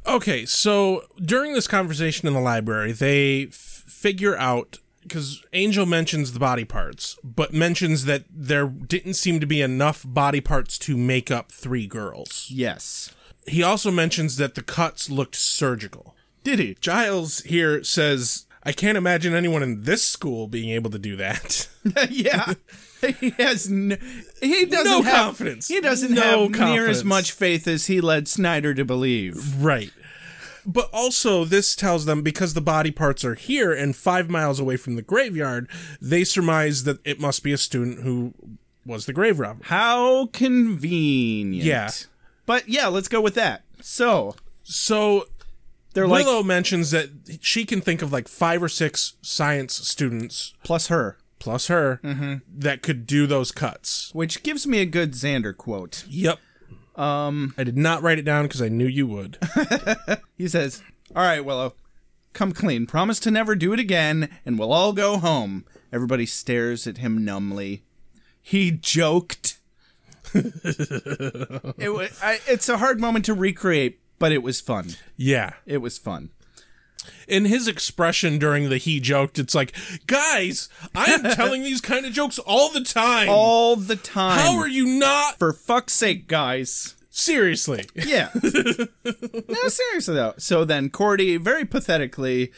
Speaker 10: Okay, so during this conversation in the library, they f- figure out because Angel mentions the body parts, but mentions that there didn't seem to be enough body parts to make up three girls.
Speaker 8: yes.
Speaker 10: He also mentions that the cuts looked surgical.
Speaker 8: Did he?
Speaker 10: Giles here says, I can't imagine anyone in this school being able to do that.
Speaker 8: yeah. He has no, he doesn't
Speaker 10: No
Speaker 8: have,
Speaker 10: confidence.
Speaker 8: He doesn't
Speaker 10: No
Speaker 8: have near
Speaker 10: confidence.
Speaker 8: as much faith as he led Snyder to believe.
Speaker 10: right. But also, this tells them because the body parts are here and five miles away from the graveyard, they surmise that it must be a student who was the grave robber.
Speaker 8: How convenient.
Speaker 10: Yeah.
Speaker 8: But yeah, let's go with that. So
Speaker 10: So
Speaker 8: they're
Speaker 10: Willow
Speaker 8: like
Speaker 10: mentions that she can think of like five or six science students
Speaker 8: plus her,
Speaker 10: plus her that could do those cuts.
Speaker 8: which gives me a good Xander quote.
Speaker 10: Yep. Um, I did not write it down because I knew you would.
Speaker 8: He says, "All right, Willow, come clean. Promise to never do it again, and we'll all go home." Everybody stares at him numbly. He joked. it wa- I, it's a hard moment to recreate, but it was fun.
Speaker 10: yeah.
Speaker 8: It was fun.
Speaker 10: in his expression during the he joked, it's like, guys, I am telling these kind of jokes all the time.
Speaker 8: All the time.
Speaker 10: How are you not?
Speaker 8: For fuck's sake, guys.
Speaker 10: Seriously.
Speaker 8: Yeah. no, seriously though. So then Cordy very pathetically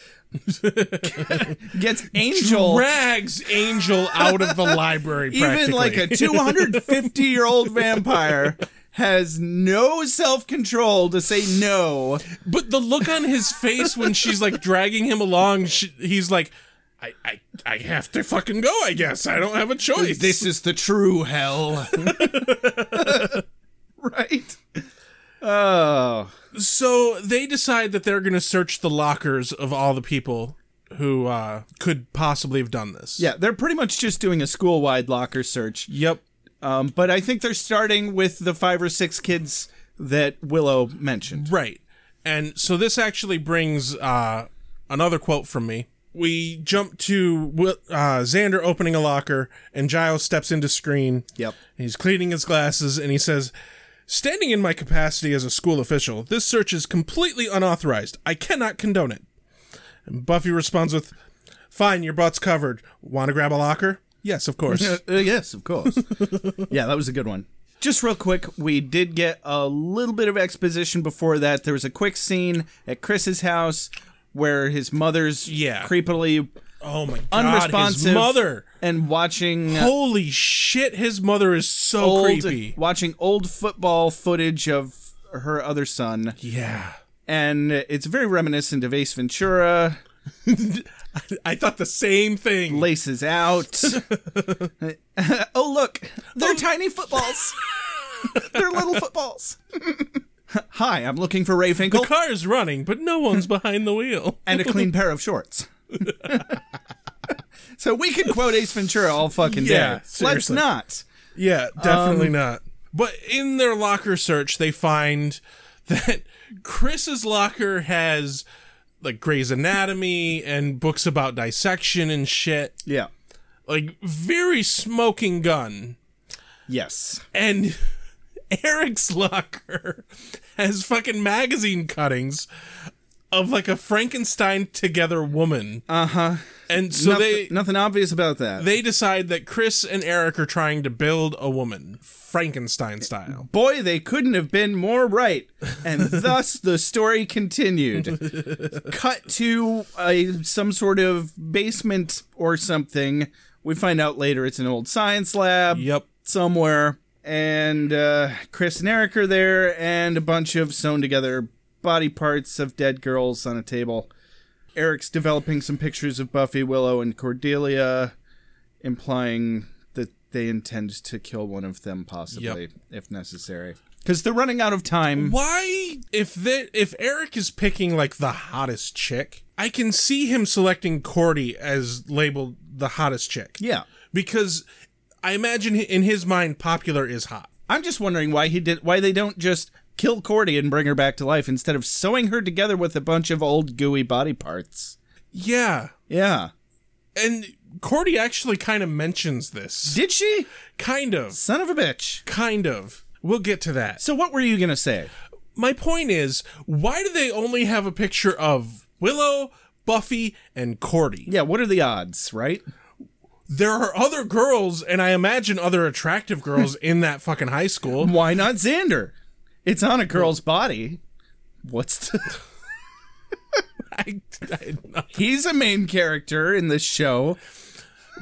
Speaker 8: gets Angel
Speaker 10: Drags Angel out of the library
Speaker 8: even
Speaker 10: practically.
Speaker 8: like a 250 year old vampire has no self control to say no.
Speaker 10: But the look on his face when she's like dragging him along, she, he's like, I, I, I have to fucking go, I guess. I don't have a choice.
Speaker 8: This is the true hell. right? Oh.
Speaker 10: so they decide that they're going to search the lockers of all the people who uh, could possibly have done this.
Speaker 8: Yeah, they're pretty much just doing a school wide locker search.
Speaker 10: Yep.
Speaker 8: Um, but I think they're starting with the five or six kids that Willow mentioned.
Speaker 10: Right. And so this actually brings uh, another quote from me. We jump to Wi- uh, Xander opening a locker, and Giles steps into screen.
Speaker 8: Yep.
Speaker 10: He's cleaning his glasses, and he says, Standing in my capacity as a school official, this search is completely unauthorized. I cannot condone it. And Buffy responds with, Fine, your butt's covered. Want to grab a locker? Yes, of course.
Speaker 8: Uh, uh, yes, of course. yeah, that was a good one. Just real quick, we did get a little bit of exposition before that. There was a quick scene at Chris's house where his mother's
Speaker 10: Yeah.
Speaker 8: creepily
Speaker 10: oh my god,
Speaker 8: unresponsive
Speaker 10: his mother.
Speaker 8: and watching uh,
Speaker 10: Holy shit, his mother is so
Speaker 8: old
Speaker 10: creepy.
Speaker 8: watching old football footage of her other son,
Speaker 10: Yeah.
Speaker 8: and it's very reminiscent of Ace Ventura.
Speaker 10: I thought the same thing.
Speaker 8: Laces out. oh look, they're tiny footballs. they're little footballs. Hi, I'm looking for Ray Finkel
Speaker 10: The car is running, but no one's behind the wheel.
Speaker 8: and a clean pair of shorts. so we can quote Ace Ventura all fucking
Speaker 10: Yeah,
Speaker 8: day. Let's
Speaker 10: seriously.
Speaker 8: not.
Speaker 10: Yeah, definitely not. But in their locker search, they find that Chris's locker has like Grey's Anatomy and books about dissection and shit.
Speaker 8: Yeah.
Speaker 10: Like very smoking gun.
Speaker 8: Yes.
Speaker 10: And Eric's locker has fucking magazine cuttings of like a Frankenstein together woman. Uh-huh. And so
Speaker 8: Noth-
Speaker 10: they
Speaker 8: nothing obvious about that.
Speaker 10: they decide that Chris and Eric are trying to build a woman, Frankenstein style.
Speaker 8: Boy, they couldn't have been more right. And thus the story continued. Cut to a, some sort of basement or something. We find out later it's an old science lab
Speaker 10: Yep.
Speaker 8: somewhere. And uh, Chris and Eric are there, and a bunch of sewn together body parts of dead girls on a table. Eric's developing some pictures of Buffy, Willow, and Cordelia, implying that they intend to kill one of them, possibly,
Speaker 10: Yep.
Speaker 8: if necessary. Because they're running out of time.
Speaker 10: Why if they, if Eric is picking like the hottest chick, I can see him selecting Cordy as labeled the hottest chick.
Speaker 8: Yeah.
Speaker 10: Because I imagine in his mind popular is hot.
Speaker 8: I'm just wondering why he did why they don't just kill Cordy and bring her back to life instead of sewing her together with a bunch of old gooey body parts.
Speaker 10: Yeah.
Speaker 8: Yeah.
Speaker 10: And Cordy actually kind of mentions this.
Speaker 8: Did she?
Speaker 10: Kind of.
Speaker 8: Son of a bitch.
Speaker 10: Kind of. We'll get to that.
Speaker 8: So what were you gonna say?
Speaker 10: my point is, why do they only have a picture of Willow, Buffy, and Cordy?
Speaker 8: Yeah, what are the odds, right?
Speaker 10: There are other girls, and I imagine other attractive girls in that fucking high school.
Speaker 8: Why not Xander? It's on a girl's body. What's the
Speaker 10: I, I,
Speaker 8: He's a main character in this show.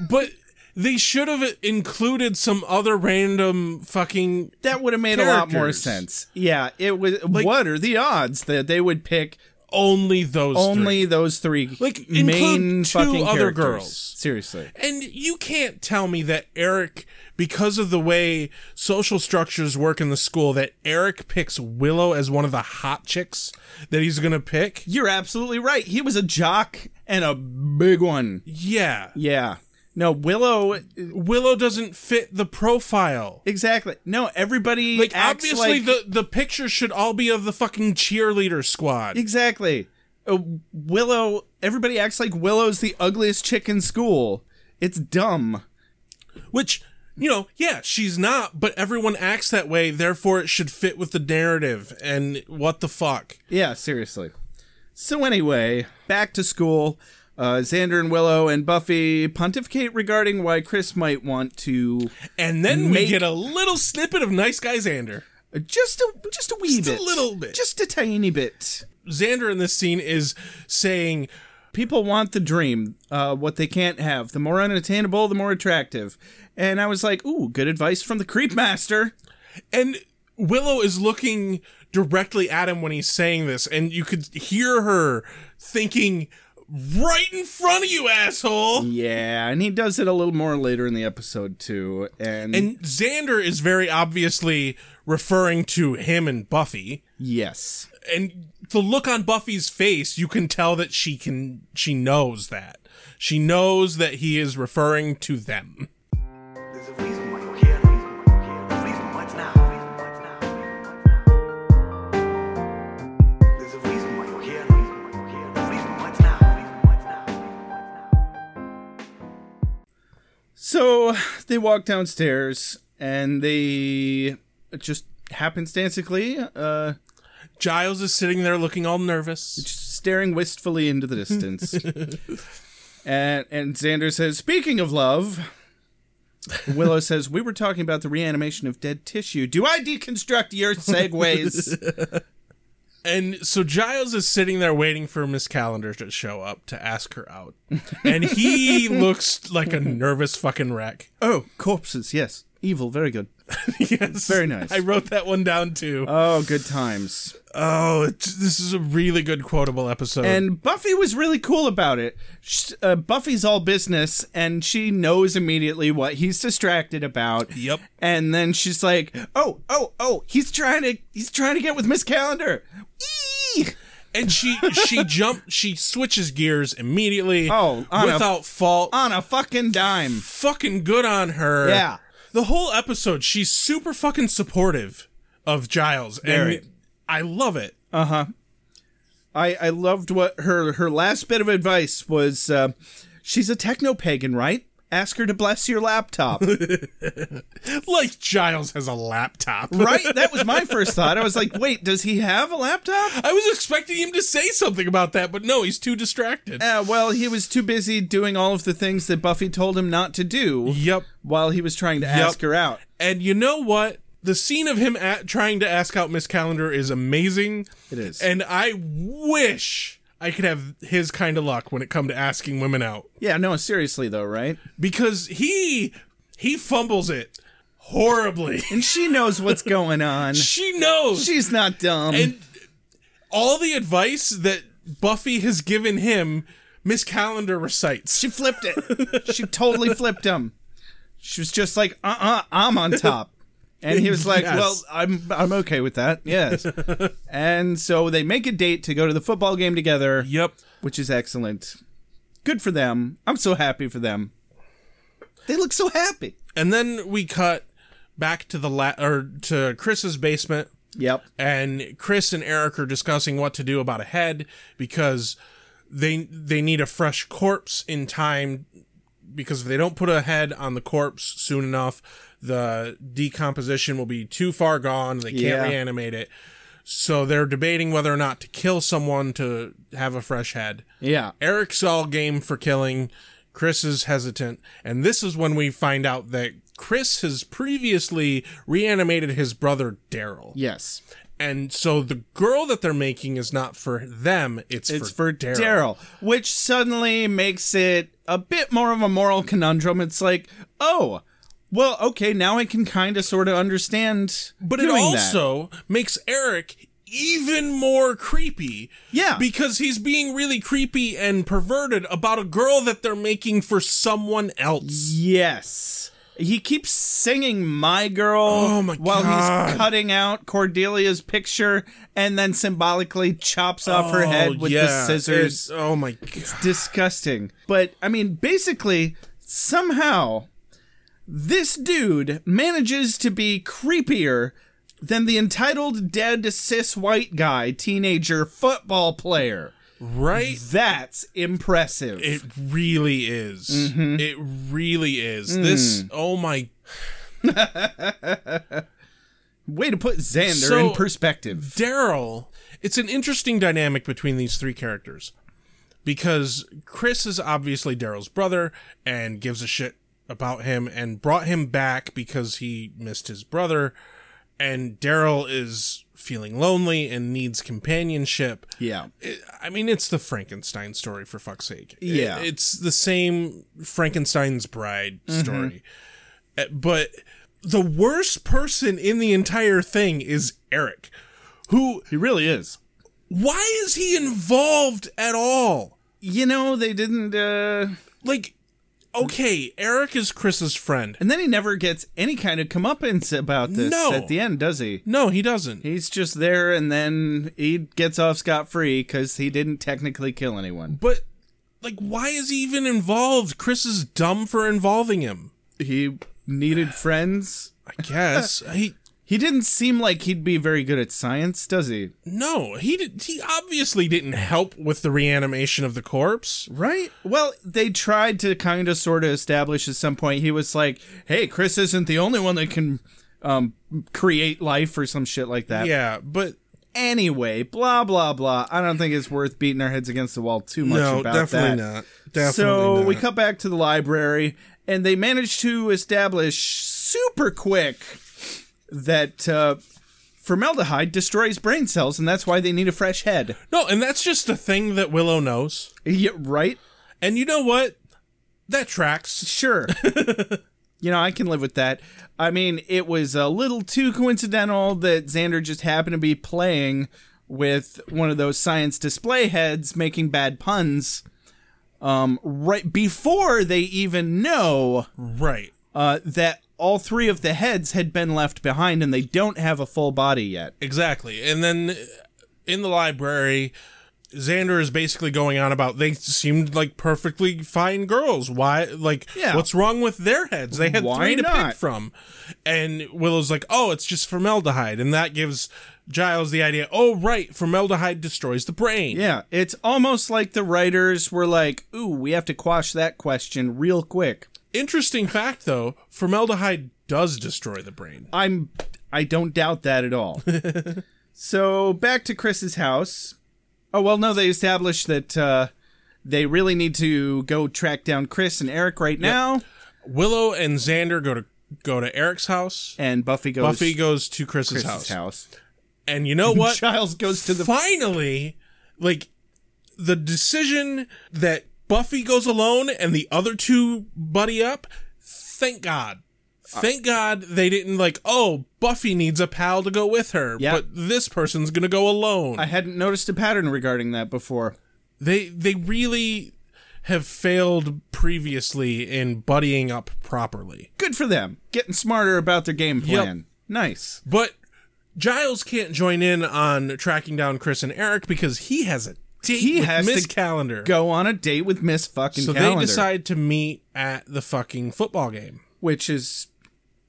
Speaker 10: but they should have included some other random fucking.
Speaker 8: That would have made a lot more
Speaker 10: Characters.
Speaker 8: sense. Yeah, it was what are the odds that they would pick
Speaker 10: Only those.
Speaker 8: only
Speaker 10: three.
Speaker 8: those three
Speaker 10: Like, include
Speaker 8: main
Speaker 10: two
Speaker 8: fucking
Speaker 10: other
Speaker 8: characters.
Speaker 10: girls.
Speaker 8: Seriously.
Speaker 10: And you can't tell me that Eric, because of the way social structures work in the school, that Eric picks Willow as one of the hot chicks that he's gonna pick.
Speaker 8: You're absolutely right. He was a jock and a big one.
Speaker 10: Yeah.
Speaker 8: Yeah. No, Willow
Speaker 10: Willow doesn't fit the profile.
Speaker 8: exactly. No, everybody
Speaker 10: Like
Speaker 8: acts
Speaker 10: obviously
Speaker 8: like-
Speaker 10: the the pictures should all be of the fucking cheerleader squad.
Speaker 8: Exactly. Uh, Willow, everybody acts like Willow's the ugliest chick in school. It's dumb.
Speaker 10: Which you know, yeah, she's not, but everyone acts that way, therefore it should fit with the narrative and what the fuck.
Speaker 8: Yeah, seriously. So anyway, back to school. Uh, Xander and Willow and Buffy pontificate regarding why Chris might want to,
Speaker 10: and then we
Speaker 8: make-
Speaker 10: get a little snippet of nice guy Xander.
Speaker 8: just a just a wee
Speaker 10: Just a
Speaker 8: bit,
Speaker 10: little bit.
Speaker 8: just a tiny bit.
Speaker 10: Xander in this scene is saying,
Speaker 8: people want the dream, uh, what they can't have. The more unattainable, the more attractive. And I was like, ooh, good advice from the creep master.
Speaker 10: and Willow is looking directly at him when he's saying this, and you could hear her thinking, "Right in front of you, asshole."
Speaker 8: Yeah, and he does it a little more later in the episode too. And,
Speaker 10: And Xander is very obviously referring to him and Buffy.
Speaker 8: yes,
Speaker 10: And the look on Buffy's face, you can tell that she can she knows that. She knows that he is referring to them.
Speaker 4: There's a reason why you're here. There's a reason why it's now. There's a reason why you're here. There's a reason why it's now.
Speaker 8: so they walk downstairs and they just happenstancically uh,
Speaker 10: Giles is sitting there looking all nervous.
Speaker 8: staring wistfully into the distance. and and Xander says, "Speaking of love." Willow says, "We were talking about the reanimation of dead tissue. Do I deconstruct your segues?"
Speaker 10: And so Giles is sitting there waiting for Miss Calendar to show up to ask her out. And he looks like a nervous fucking wreck.
Speaker 8: oh, corpses. Yes, evil. Very good.
Speaker 10: Yes.
Speaker 8: Very nice.
Speaker 10: I wrote that one down too.
Speaker 8: Oh, good times.
Speaker 10: Oh, it's, this is a really good quotable episode.
Speaker 8: And Buffy was really cool about it. Sh uh, Buffy's all business, and she knows immediately what he's distracted about.
Speaker 10: Yep.
Speaker 8: And then she's like, "Oh, oh, oh! He's trying to, he's trying to get with Miss Calendar." Eee!
Speaker 10: and she she jump she switches gears immediately.
Speaker 8: Oh, on a-
Speaker 10: without fault.
Speaker 8: on a fucking dime.
Speaker 10: fucking good on her.
Speaker 8: Yeah.
Speaker 10: The whole episode, she's super fucking supportive of Giles.
Speaker 8: Very.
Speaker 10: And I love it.
Speaker 8: I I loved what her her last bit of advice was. Uh, she's a techno pagan, right? Ask her to bless your laptop,
Speaker 10: Like Giles has a laptop.
Speaker 8: right? That was my first thought. I was like, wait, does he have a laptop?
Speaker 10: I was expecting him to say something about that, but no, he's too distracted.
Speaker 8: Uh, well, he was too busy doing all of the things that Buffy told him not to do.
Speaker 10: Yep.
Speaker 8: While he was trying to ask her out.
Speaker 10: And you know what? The scene of him at, trying to ask out Miss Calendar is amazing.
Speaker 8: It is.
Speaker 10: And I wish I could have his kind of luck when it come to asking women out
Speaker 8: Yeah, no, seriously though, right?
Speaker 10: because he he fumbles it horribly.
Speaker 8: And she knows what's going on.
Speaker 10: she knows.
Speaker 8: She's not dumb.
Speaker 10: and all the advice that Buffy has given him, Miss Calendar recites.
Speaker 8: She flipped it. she totally flipped him. She was just like, "Uh, uh I'm on top," and he was like,
Speaker 10: Yes.
Speaker 8: "Well, I'm, I'm okay with that." Yes. and so they make a date to go to the football game together,
Speaker 10: yep.
Speaker 8: which is excellent. Good for them. I'm so happy for them. They look so happy.
Speaker 10: And then we cut back to the la- or to Chris's basement
Speaker 8: Yep.
Speaker 10: and Chris and Eric are discussing what to do about a head because they they need a fresh corpse in time because if they don't put a head on the corpse soon enough, the decomposition will be too far gone. They can't
Speaker 8: Yeah.
Speaker 10: reanimate it. So they're debating whether or not to kill someone to have a fresh head.
Speaker 8: Yeah.
Speaker 10: Eric's all game for killing. Chris is hesitant. And this is when we find out that Chris has previously reanimated his brother Daryl.
Speaker 8: Yes.
Speaker 10: And so the girl that they're making is not for them, it's,
Speaker 8: It's
Speaker 10: for,
Speaker 8: for Daryl, which suddenly makes it a bit more of a moral conundrum. It's like, oh, well, okay, now I can kind of sort of understand.
Speaker 10: But it
Speaker 8: doing that.
Speaker 10: also makes Eric even more creepy.
Speaker 8: Yeah.
Speaker 10: Because he's being really creepy and perverted about a girl that they're making for someone else.
Speaker 8: Yes. He keeps singing My Girl
Speaker 10: Oh my
Speaker 8: while he's
Speaker 10: God.
Speaker 8: cutting out Cordelia's picture and then symbolically chops off
Speaker 10: Oh,
Speaker 8: her head with the scissors.
Speaker 10: It's- oh my god.
Speaker 8: Disgusting. But I mean, basically, somehow this dude manages to be creepier than the entitled dead cis white guy teenager football player.
Speaker 10: Right?
Speaker 8: That's impressive.
Speaker 10: It really is.
Speaker 8: Mm-hmm.
Speaker 10: It
Speaker 8: Mm.
Speaker 10: really is. This oh my
Speaker 8: Way to put Xander
Speaker 10: So-
Speaker 8: in perspective.
Speaker 10: Daryl, it's an interesting dynamic between these three characters because Chris is obviously Daryl's brother and gives a shit about him and brought him back because he missed his brother. And Daryl is feeling lonely and needs companionship.
Speaker 8: Yeah.
Speaker 10: It- I mean, it's the Frankenstein story for fuck's sake. It-
Speaker 8: Yeah.
Speaker 10: it's the same Frankenstein's bride story. Uh, But the worst person in the entire thing is Eric, who,
Speaker 8: He really is.
Speaker 10: why is he involved at all?
Speaker 8: You know, they didn't uh
Speaker 10: Like, okay, Eric is Chris's friend.
Speaker 8: and then he never gets any kind of comeuppance about this
Speaker 10: No.
Speaker 8: at the end, does he?
Speaker 10: No, he doesn't.
Speaker 8: He's just there and then he gets off scot free because he didn't technically kill anyone.
Speaker 10: But, like, why is he even involved? Chris is dumb for involving him,
Speaker 8: He needed friends.
Speaker 10: I guess. he.
Speaker 8: He didn't seem like he'd be very good at science, does he?
Speaker 10: No, he did, he obviously didn't help with the reanimation of the corpse.
Speaker 8: Right? Well, they tried to kind of sort of establish at some point. He was like, hey, Chris isn't the only one that can um, create life or some shit like that.
Speaker 10: Yeah, but
Speaker 8: Anyway, blah, blah, blah. I don't think it's worth beating our heads against the wall too much
Speaker 10: no,
Speaker 8: about
Speaker 10: definitely
Speaker 8: that.
Speaker 10: not. Definitely
Speaker 8: so
Speaker 10: not.
Speaker 8: we cut back to the library, and they managed to establish super quick that uh, formaldehyde destroys brain cells, and that's why they need a fresh head.
Speaker 10: No, and that's just a thing that Willow knows.
Speaker 8: Yeah, right?
Speaker 10: And you know what? That tracks.
Speaker 8: Sure. you know, I can live with that. I mean, it was a little too coincidental that Xander just happened to be playing with one of those science display heads making bad puns um, right before they even know
Speaker 10: Right.
Speaker 8: uh, that all three of the heads had been left behind and they don't have a full body yet.
Speaker 10: Exactly. And then in the library, Xander is basically going on about they seemed like perfectly fine girls. Why like
Speaker 8: Yeah.
Speaker 10: what's wrong with their heads? They had
Speaker 8: Why
Speaker 10: three to
Speaker 8: not?
Speaker 10: pick from. And Willow's like, "Oh, it's just formaldehyde." And that gives Giles the idea, "Oh, right, formaldehyde destroys the brain."
Speaker 8: Yeah, it's almost like the writers were like, ooh, we have to quash that question real quick.
Speaker 10: Interesting fact though, formaldehyde does destroy the brain.
Speaker 8: I'm I don't doubt that at all. so back to Chris's house. Oh well, no, they established that uh, they really need to go track down Chris and Eric right now.
Speaker 10: Willow and Xander go to go to Eric's house.
Speaker 8: And Buffy goes
Speaker 10: Buffy
Speaker 8: to
Speaker 10: goes to Chris's,
Speaker 8: Chris's
Speaker 10: house.
Speaker 8: house.
Speaker 10: And you know what?
Speaker 8: Giles goes to the
Speaker 10: finally, like the decision that Buffy goes alone and the other two buddy up. Thank God. Thank God they didn't like, oh, Buffy needs a pal to go with her,
Speaker 8: Yeah.
Speaker 10: but this person's going to go alone.
Speaker 8: I hadn't noticed a pattern regarding that before.
Speaker 10: they they really have failed previously in buddying up properly.
Speaker 8: Good for them. Getting smarter about their game plan. Nice.
Speaker 10: But Giles can't join in on tracking down Chris and Eric because he has a date
Speaker 8: He
Speaker 10: with
Speaker 8: has
Speaker 10: Miss
Speaker 8: to
Speaker 10: Calendar.
Speaker 8: Go on a date with Miss fucking
Speaker 10: so
Speaker 8: Calendar.
Speaker 10: they decide to meet at the fucking football game.
Speaker 8: which is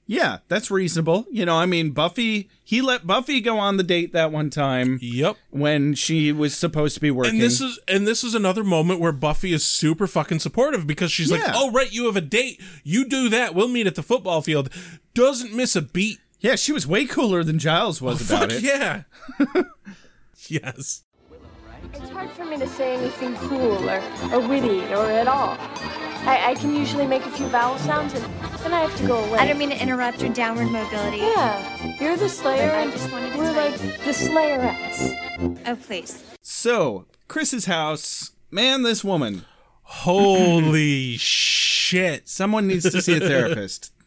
Speaker 8: yeah, that's reasonable. You know, I mean Buffy he let Buffy go on the date that one time.
Speaker 10: Yep.
Speaker 8: when she was supposed to be working.
Speaker 10: And this is and this is another moment where Buffy is super fucking supportive because she's like,
Speaker 8: Yeah.
Speaker 10: "Oh right, you have a date. You do that. We'll meet at the football field." Doesn't miss a beat.
Speaker 8: yeah, she was way cooler than Giles was about
Speaker 10: Oh, Fuck
Speaker 8: it.
Speaker 10: yeah. yes.
Speaker 11: It's hard for me to say anything cool or, or witty or at all. I, I can usually make a few vowel sounds and then I have to go away.
Speaker 5: I don't mean to interrupt your downward mobility.
Speaker 11: yeah, you're the Slayer
Speaker 5: I
Speaker 11: and
Speaker 5: just wanted to
Speaker 11: we're
Speaker 5: tell
Speaker 11: like the Slayerettes.
Speaker 5: Oh, please.
Speaker 8: So Chris's house, man, this woman.
Speaker 10: Holy shit.
Speaker 8: Someone needs to see a therapist.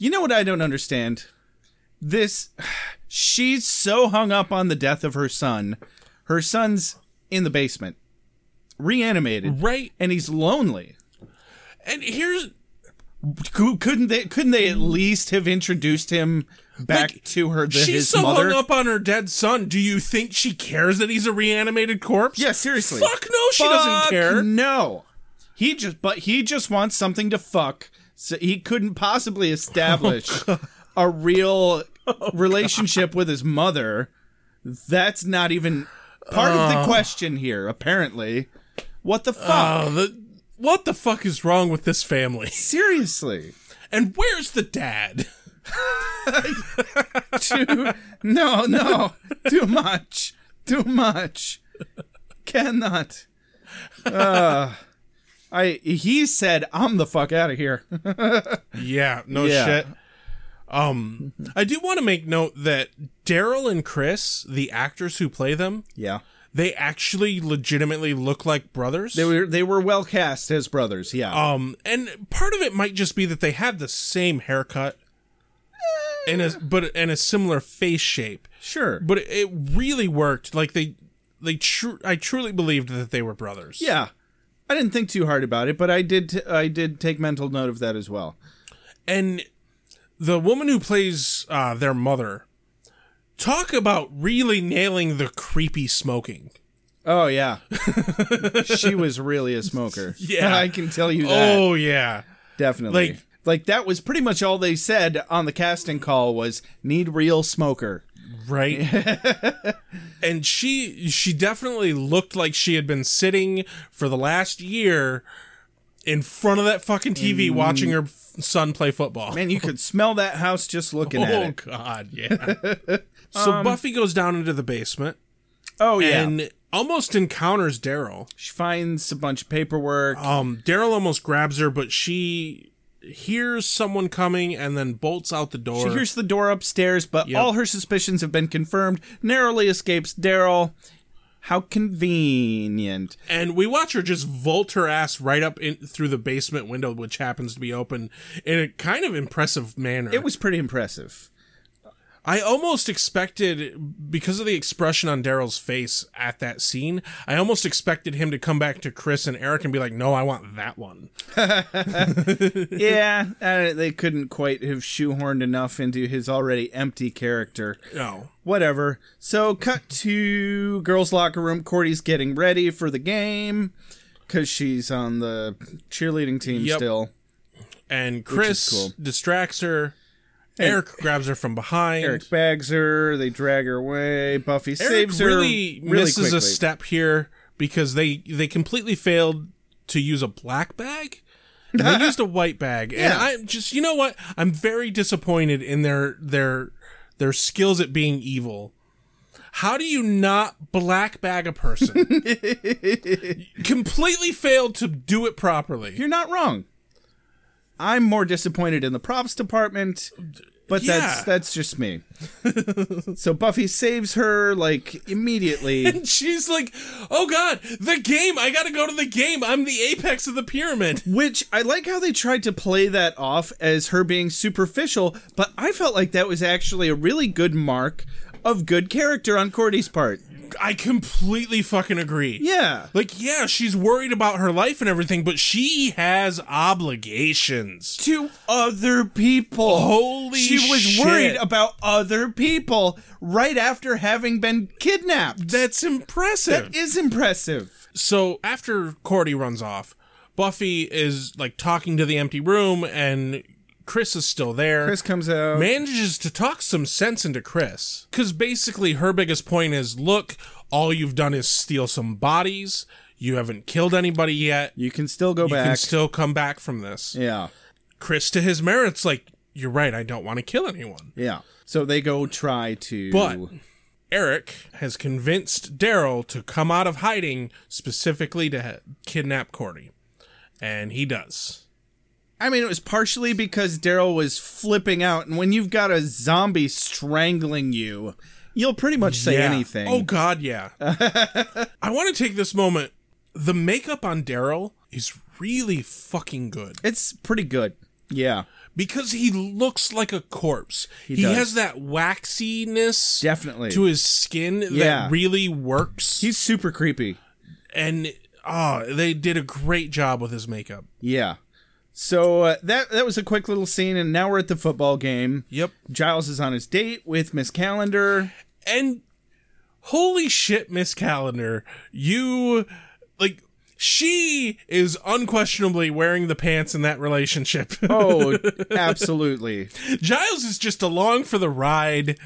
Speaker 8: You know what I don't understand? This she's so hung up on the death of her son. Her son's in the basement. Reanimated.
Speaker 10: Right.
Speaker 8: And he's lonely.
Speaker 10: And here's
Speaker 8: Cou- Couldn't they couldn't they at least have introduced him back
Speaker 10: Like,
Speaker 8: to her the,
Speaker 10: She's
Speaker 8: his
Speaker 10: so
Speaker 8: mother?
Speaker 10: hung up on her dead son. Do you think she cares that he's a reanimated corpse?
Speaker 8: Yeah, seriously.
Speaker 10: Fuck no, she doesn't
Speaker 8: Fuck
Speaker 10: care.
Speaker 8: No, he just but he just wants something to fuck. So he couldn't possibly establish
Speaker 10: Oh,
Speaker 8: a real relationship with his mother. That's not even part of
Speaker 10: Uh.
Speaker 8: the question here. Apparently, what the fuck?
Speaker 10: Oh, the, what the fuck is wrong with this family?
Speaker 8: Seriously,
Speaker 10: And where's the dad?
Speaker 8: Too, no, no. Too much. Too much. Cannot. Uh, I he said I'm the fuck out of here.
Speaker 10: yeah, no
Speaker 8: Yeah.
Speaker 10: shit. Um, I do want to make note that Daryl and Chris, the actors who play them,
Speaker 8: yeah,
Speaker 10: they actually legitimately look like brothers.
Speaker 8: They were they were well cast as brothers, yeah.
Speaker 10: Um, and part of it might just be that they had the same haircut, and a but and a similar face shape.
Speaker 8: Sure,
Speaker 10: but it, it really worked. Like they they tru- I truly believed that they were brothers.
Speaker 8: Yeah. I didn't think too hard about it, but I did t- I did take mental note of that as well.
Speaker 10: And the woman who plays uh, their mother, talk about really nailing the creepy smoking.
Speaker 8: Oh yeah. she was really a smoker.
Speaker 10: Yeah.
Speaker 8: I can tell you that.
Speaker 10: Oh, yeah.
Speaker 8: Definitely.
Speaker 10: Like-
Speaker 8: Like like that was pretty much all they said on the casting call was need real smoker.
Speaker 10: Right. and she she definitely looked like she had been sitting for the last year in front of that fucking TV
Speaker 8: Mm.
Speaker 10: watching her f- son play football.
Speaker 8: Man, you could smell that house just looking at
Speaker 10: Oh,
Speaker 8: it.
Speaker 10: god, yeah. so
Speaker 8: Um,
Speaker 10: Buffy goes down into the basement.
Speaker 8: Oh yeah.
Speaker 10: And almost encounters Daryl.
Speaker 8: She finds a bunch of paperwork.
Speaker 10: Um Daryl almost grabs her, but she hears someone coming and then bolts out the door.
Speaker 8: She hears the door upstairs, but
Speaker 10: Yep.
Speaker 8: all her suspicions have been confirmed. Narrowly escapes Daryl. How convenient.
Speaker 10: and we watch her just vault her ass right up in through the basement window, which happens to be open, in a kind of impressive manner. It
Speaker 8: was pretty impressive.
Speaker 10: I almost expected, because of the expression on Daryl's face at that scene, I almost expected him to come back to Chris and Eric and be like, "No, I want that one."
Speaker 8: yeah, uh, they couldn't quite have shoehorned enough into his already empty character. Oh.
Speaker 10: No.
Speaker 8: Whatever. So, cut to girls' locker room. Cordy's getting ready for the game because she's on the cheerleading team
Speaker 10: Yep.
Speaker 8: still.
Speaker 10: And
Speaker 8: Which is
Speaker 10: Chris
Speaker 8: cool.
Speaker 10: distracts her.
Speaker 8: And-
Speaker 10: Eric grabs her from behind.
Speaker 8: Eric bags her. They drag her away. Buffy
Speaker 10: Eric
Speaker 8: saves her.
Speaker 10: really,
Speaker 8: really
Speaker 10: misses
Speaker 8: quickly.
Speaker 10: a step here because they they completely failed to use a black bag. And they used a white bag, and
Speaker 8: Yeah.
Speaker 10: I'm just you know what I'm very disappointed in their their their skills at being evil. How do you not black bag a person? completely failed to do it properly.
Speaker 8: You're not wrong. I'm more disappointed in the props department, but
Speaker 10: Yeah.
Speaker 8: that's that's just me. so Buffy saves her like immediately.
Speaker 10: And she's like, "Oh God, the game! I gotta go to the game. I'm the apex of the pyramid."
Speaker 8: Which I like how they tried to play that off as her being superficial, but I felt like that was actually a really good mark of good character on Cordy's part.
Speaker 10: I completely fucking agree.
Speaker 8: Yeah.
Speaker 10: Like, yeah, she's worried about her life and everything, but she has obligations.
Speaker 8: To other people.
Speaker 10: Holy
Speaker 8: She was
Speaker 10: shit.
Speaker 8: worried about other people right after having been kidnapped.
Speaker 10: That's impressive.
Speaker 8: That is impressive.
Speaker 10: So after Cordy runs off, Buffy is like talking to the empty room and Chris is still there.
Speaker 8: Chris comes out.
Speaker 10: manages to talk some sense into Chris. Because basically, her biggest point is look, all you've done is steal some bodies. You haven't killed anybody yet.
Speaker 8: You can still go
Speaker 10: you
Speaker 8: back.
Speaker 10: can still come back from this.
Speaker 8: yeah.
Speaker 10: Chris, to his merits, like, you're right, I don't want to kill anyone.
Speaker 8: Yeah. So they go try to
Speaker 10: But Eric has convinced Daryl to come out of hiding specifically to ha- kidnap Cordy. And he does.
Speaker 8: I mean, it was partially because Daryl was flipping out, and when you've got a zombie strangling you, you'll pretty much say
Speaker 10: Yeah.
Speaker 8: anything.
Speaker 10: Oh God, yeah. I want to take this moment. The makeup on Daryl is really fucking good
Speaker 8: it's pretty good. Yeah,
Speaker 10: because he looks like a corpse. He,
Speaker 8: does.
Speaker 10: has that waxiness
Speaker 8: definitely.
Speaker 10: to his skin
Speaker 8: Yeah.
Speaker 10: that really works.
Speaker 8: He's super creepy.
Speaker 10: and oh, they did a great job with his makeup.
Speaker 8: Yeah. So uh, that that was a quick little scene, and now we're at the football game.
Speaker 10: Yep.
Speaker 8: Giles is on his date with Miss Calendar.
Speaker 10: And holy shit, Miss Calendar, you like she is unquestionably wearing the pants in that relationship.
Speaker 8: Oh, absolutely.
Speaker 10: Giles is just along for the ride,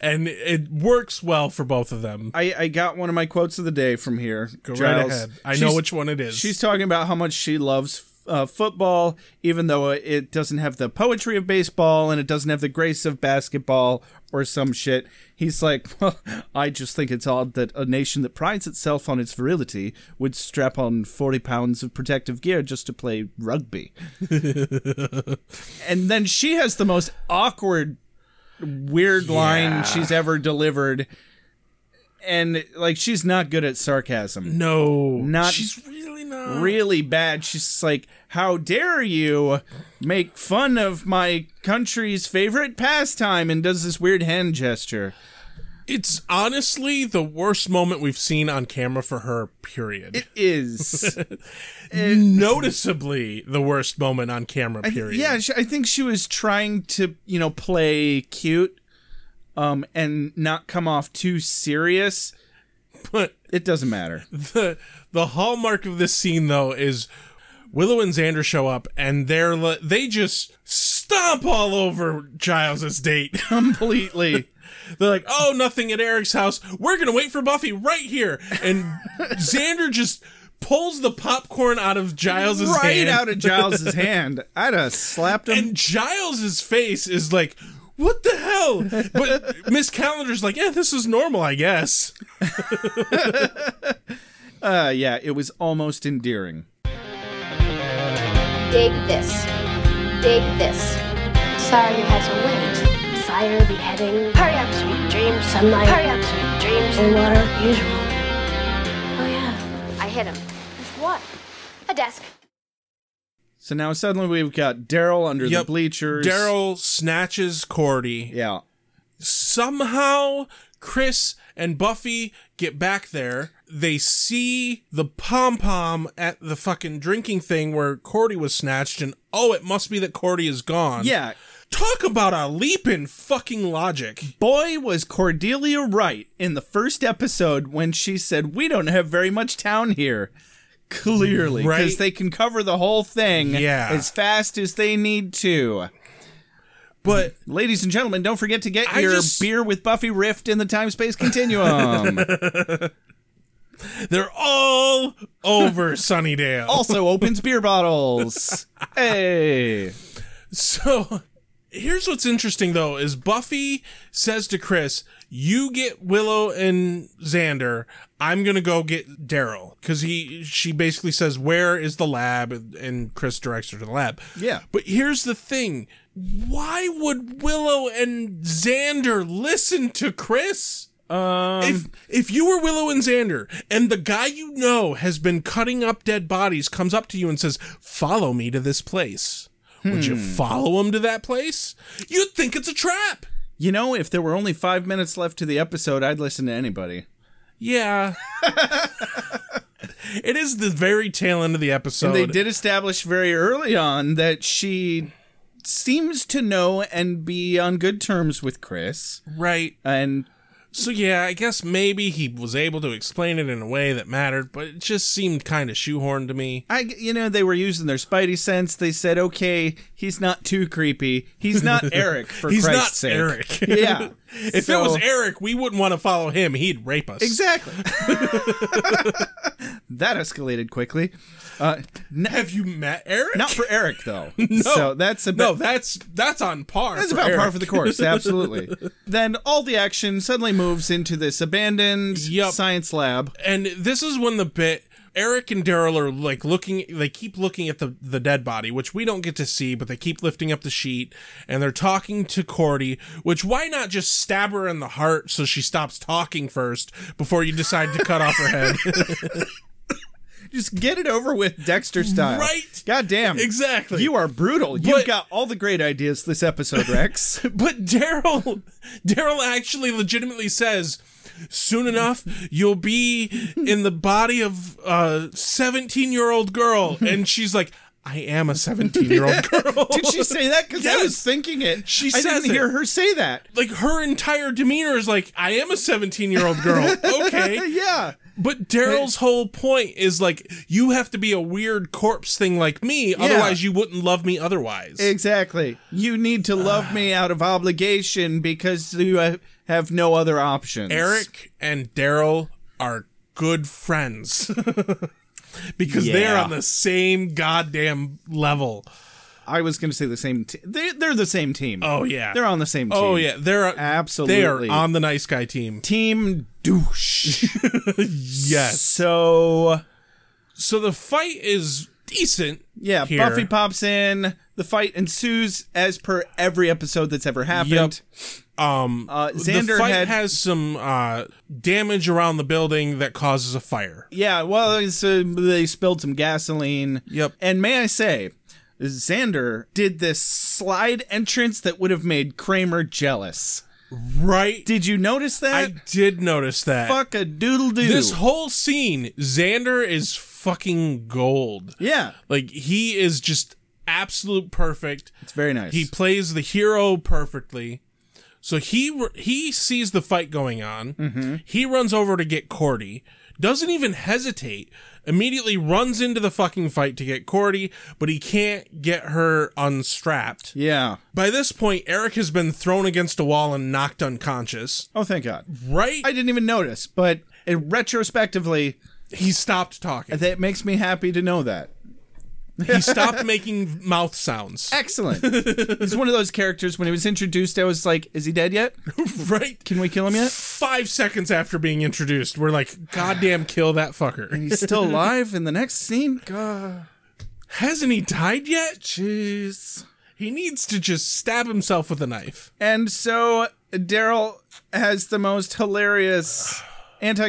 Speaker 10: and it works well for both of them.
Speaker 8: I, I got one of my quotes of the day from here.
Speaker 10: Go right
Speaker 8: Giles.
Speaker 10: ahead. I know
Speaker 8: She's-
Speaker 10: which one it is.
Speaker 8: She's talking about how much she loves uh, football, even though it doesn't have the poetry of baseball and it doesn't have the grace of basketball or some shit. He's like, well, I just think it's odd that a nation that prides itself on its virility would strap on 40 pounds of protective gear just to play rugby. and then she has the most awkward, weird line she's ever delivered. And like she's not good at sarcasm.
Speaker 10: No,
Speaker 8: not
Speaker 10: she's really not
Speaker 8: really bad. She's just like, "How dare you make fun of my country's favorite pastime?" And does this weird hand gesture.
Speaker 10: It's honestly the worst moment we've seen on camera for her. Period. It
Speaker 8: is
Speaker 10: noticeably the worst moment on camera.
Speaker 8: I th-
Speaker 10: Period.
Speaker 8: yeah, she, I think she was trying to, you know, play cute, um, and not come off too serious.
Speaker 10: But
Speaker 8: it doesn't matter.
Speaker 10: the the hallmark of this scene though is Willow and Xander show up and they're li- they just stomp all over Giles's date
Speaker 8: completely.
Speaker 10: they're like, "Oh, nothing at Eric's house. We're going to wait for Buffy right here." And Xander just pulls the popcorn out of Giles's
Speaker 8: right
Speaker 10: hand.
Speaker 8: out of Giles's hand. I'd have slapped him.
Speaker 10: And Giles's face is like, "What the hell?" But Miss Calendar's like, "Yeah, this is normal, I guess."
Speaker 8: Uh, yeah, it was almost endearing.
Speaker 6: Dig this. Dig this. Sorry has a wait. Fire beheading. Hurry up, sweet dreams. Sunlight. Hurry up, sweet dreams. And water. Usual. Oh yeah. I hit him. With what? A desk.
Speaker 8: So now suddenly we've got Daryl under the
Speaker 10: Yep.
Speaker 8: bleachers.
Speaker 10: Daryl snatches Cordy.
Speaker 8: Yeah.
Speaker 10: Somehow, Chris and Buffy get back there. They see the pom pom at the fucking drinking thing where Cordy was snatched, and oh, it must be that Cordy is gone.
Speaker 8: Yeah.
Speaker 10: Talk about a leap in fucking logic.
Speaker 8: Boy, was Cordelia right in the first episode when she said, We don't have very much town here. Clearly. Because
Speaker 10: Right.
Speaker 8: they can cover the whole thing
Speaker 10: Yeah.
Speaker 8: as fast as they need to.
Speaker 10: But
Speaker 8: Ladies and gentlemen, don't forget to get
Speaker 10: I
Speaker 8: your
Speaker 10: just-
Speaker 8: beer with Buffy Rift in the time space continuum.
Speaker 10: they're all over Sunnydale.
Speaker 8: also opens beer bottles. Hey.
Speaker 10: So here's what's interesting though is Buffy says to Chris, "You get Willow and Xander. I'm gonna go get Daryl because he she basically says where is the lab and Chris directs her to the lab.
Speaker 8: Yeah.
Speaker 10: But here's the thing: why would Willow and Xander listen to Chris?
Speaker 8: Um,
Speaker 10: if if you were Willow and Xander and the guy you know has been cutting up dead bodies comes up to you and says, "Follow me to this place." Would you
Speaker 8: Hmm.
Speaker 10: follow him to that place? You'd think it's a trap.
Speaker 8: You know, if there were only five minutes left to the episode, I'd listen to anybody.
Speaker 10: Yeah. it is the very tail end of the episode.
Speaker 8: And they did establish very early on that she seems to know and be on good terms with Chris.
Speaker 10: right.
Speaker 8: And
Speaker 10: So yeah, I guess maybe he was able to explain it in a way that mattered, but it just seemed kind of shoehorned to me.
Speaker 8: I, you know, they were using their spidey sense. They said, "Okay, he's not too creepy. He's not Eric for
Speaker 10: He's
Speaker 8: Christ's
Speaker 10: not
Speaker 8: sake."
Speaker 10: Eric.
Speaker 8: Yeah.
Speaker 10: if
Speaker 8: So-
Speaker 10: it was Eric, we wouldn't want to follow him. He'd rape us.
Speaker 8: Exactly. that escalated quickly. Uh, n-
Speaker 10: Have you met Eric?
Speaker 8: not for Eric though.
Speaker 10: No,
Speaker 8: So that's a bit,
Speaker 10: no. That's that's on par.
Speaker 8: That's
Speaker 10: for
Speaker 8: about par
Speaker 10: Eric.
Speaker 8: for the course, absolutely. then all the action suddenly moves into this abandoned
Speaker 10: Yup.
Speaker 8: science lab.
Speaker 10: and this is when the bit Eric and Daryl are like looking. They keep looking at the the dead body, which we don't get to see, but they keep lifting up the sheet and they're talking to Cordy. Which why not just stab her in the heart so she stops talking first before you decide to cut off her head?
Speaker 8: Just get it over with Dexter style.
Speaker 10: Right.
Speaker 8: God damn.
Speaker 10: Exactly.
Speaker 8: You are brutal. You've
Speaker 10: But-
Speaker 8: got all the great ideas this episode, Rex.
Speaker 10: but Daryl, Daryl actually legitimately says, "Soon enough, you'll be in the body of a seventeen-year-old girl," and she's like, "I am a seventeen-year-old girl."
Speaker 8: Did she say that? Because I was
Speaker 10: Yes.
Speaker 8: thinking it.
Speaker 10: She
Speaker 8: I
Speaker 10: says
Speaker 8: didn't
Speaker 10: it.
Speaker 8: hear her say that.
Speaker 10: Like her entire demeanor is like, "I am a seventeen-year-old girl." Okay,
Speaker 8: yeah.
Speaker 10: but Daryl's whole point is like, you have to be a weird corpse thing like me, otherwise you wouldn't love me. Otherwise,
Speaker 8: Exactly. You need to love me out of obligation because you ha- have no other options.
Speaker 10: Eric and Daryl are good friends. because they're
Speaker 8: Yeah.
Speaker 10: on the same goddamn level.
Speaker 8: I was going to say the same. T- they, they're the same team.
Speaker 10: Oh yeah,
Speaker 8: they're on the same. team.
Speaker 10: Oh yeah, they're
Speaker 8: absolutely
Speaker 10: they are on the nice guy team.
Speaker 8: Team douche.
Speaker 10: yes.
Speaker 8: So,
Speaker 10: so the fight is decent.
Speaker 8: Yeah,
Speaker 10: here.
Speaker 8: Buffy pops in. The fight ensues as per every episode that's ever happened.
Speaker 10: Um,
Speaker 8: uh,
Speaker 10: the
Speaker 8: Xander
Speaker 10: fight
Speaker 8: had.
Speaker 10: has some uh, damage around the building that causes a fire.
Speaker 8: yeah, well, it's, uh, they spilled some gasoline. Yep. And may I say, Xander did this slide entrance that would have made Kramer jealous.
Speaker 10: Right?
Speaker 8: Did you notice that?
Speaker 10: I did notice that.
Speaker 8: Fuck a doodle doo.
Speaker 10: This whole scene, Xander is fucking gold.
Speaker 8: Yeah.
Speaker 10: Like he is just absolute perfect.
Speaker 8: It's very nice.
Speaker 10: He plays the hero perfectly. So he r- he sees the fight going on.
Speaker 8: Mm-hmm.
Speaker 10: He runs over to get Cordy. Doesn't even hesitate. Immediately runs into the fucking fight to get Cordy, but he can't get her unstrapped.
Speaker 8: Yeah.
Speaker 10: By this point, Eric has been thrown against a wall and knocked unconscious.
Speaker 8: Oh, thank God.
Speaker 10: Right?
Speaker 8: I didn't even notice, but it, retrospectively,
Speaker 10: he stopped talking.
Speaker 8: That makes me happy to know that.
Speaker 10: He stopped making mouth sounds.
Speaker 8: Excellent. He's one of those characters. When he was introduced, I was like, "Is he dead yet?
Speaker 10: right?
Speaker 8: Can we kill him yet?"
Speaker 10: Five seconds after being introduced, we're like, goddamn, kill that fucker.
Speaker 8: And he's still alive in the next scene. God.
Speaker 10: Hasn't he died yet?
Speaker 8: Jeez.
Speaker 10: He needs to just stab himself with a knife.
Speaker 8: And so Daryl has the most hilarious,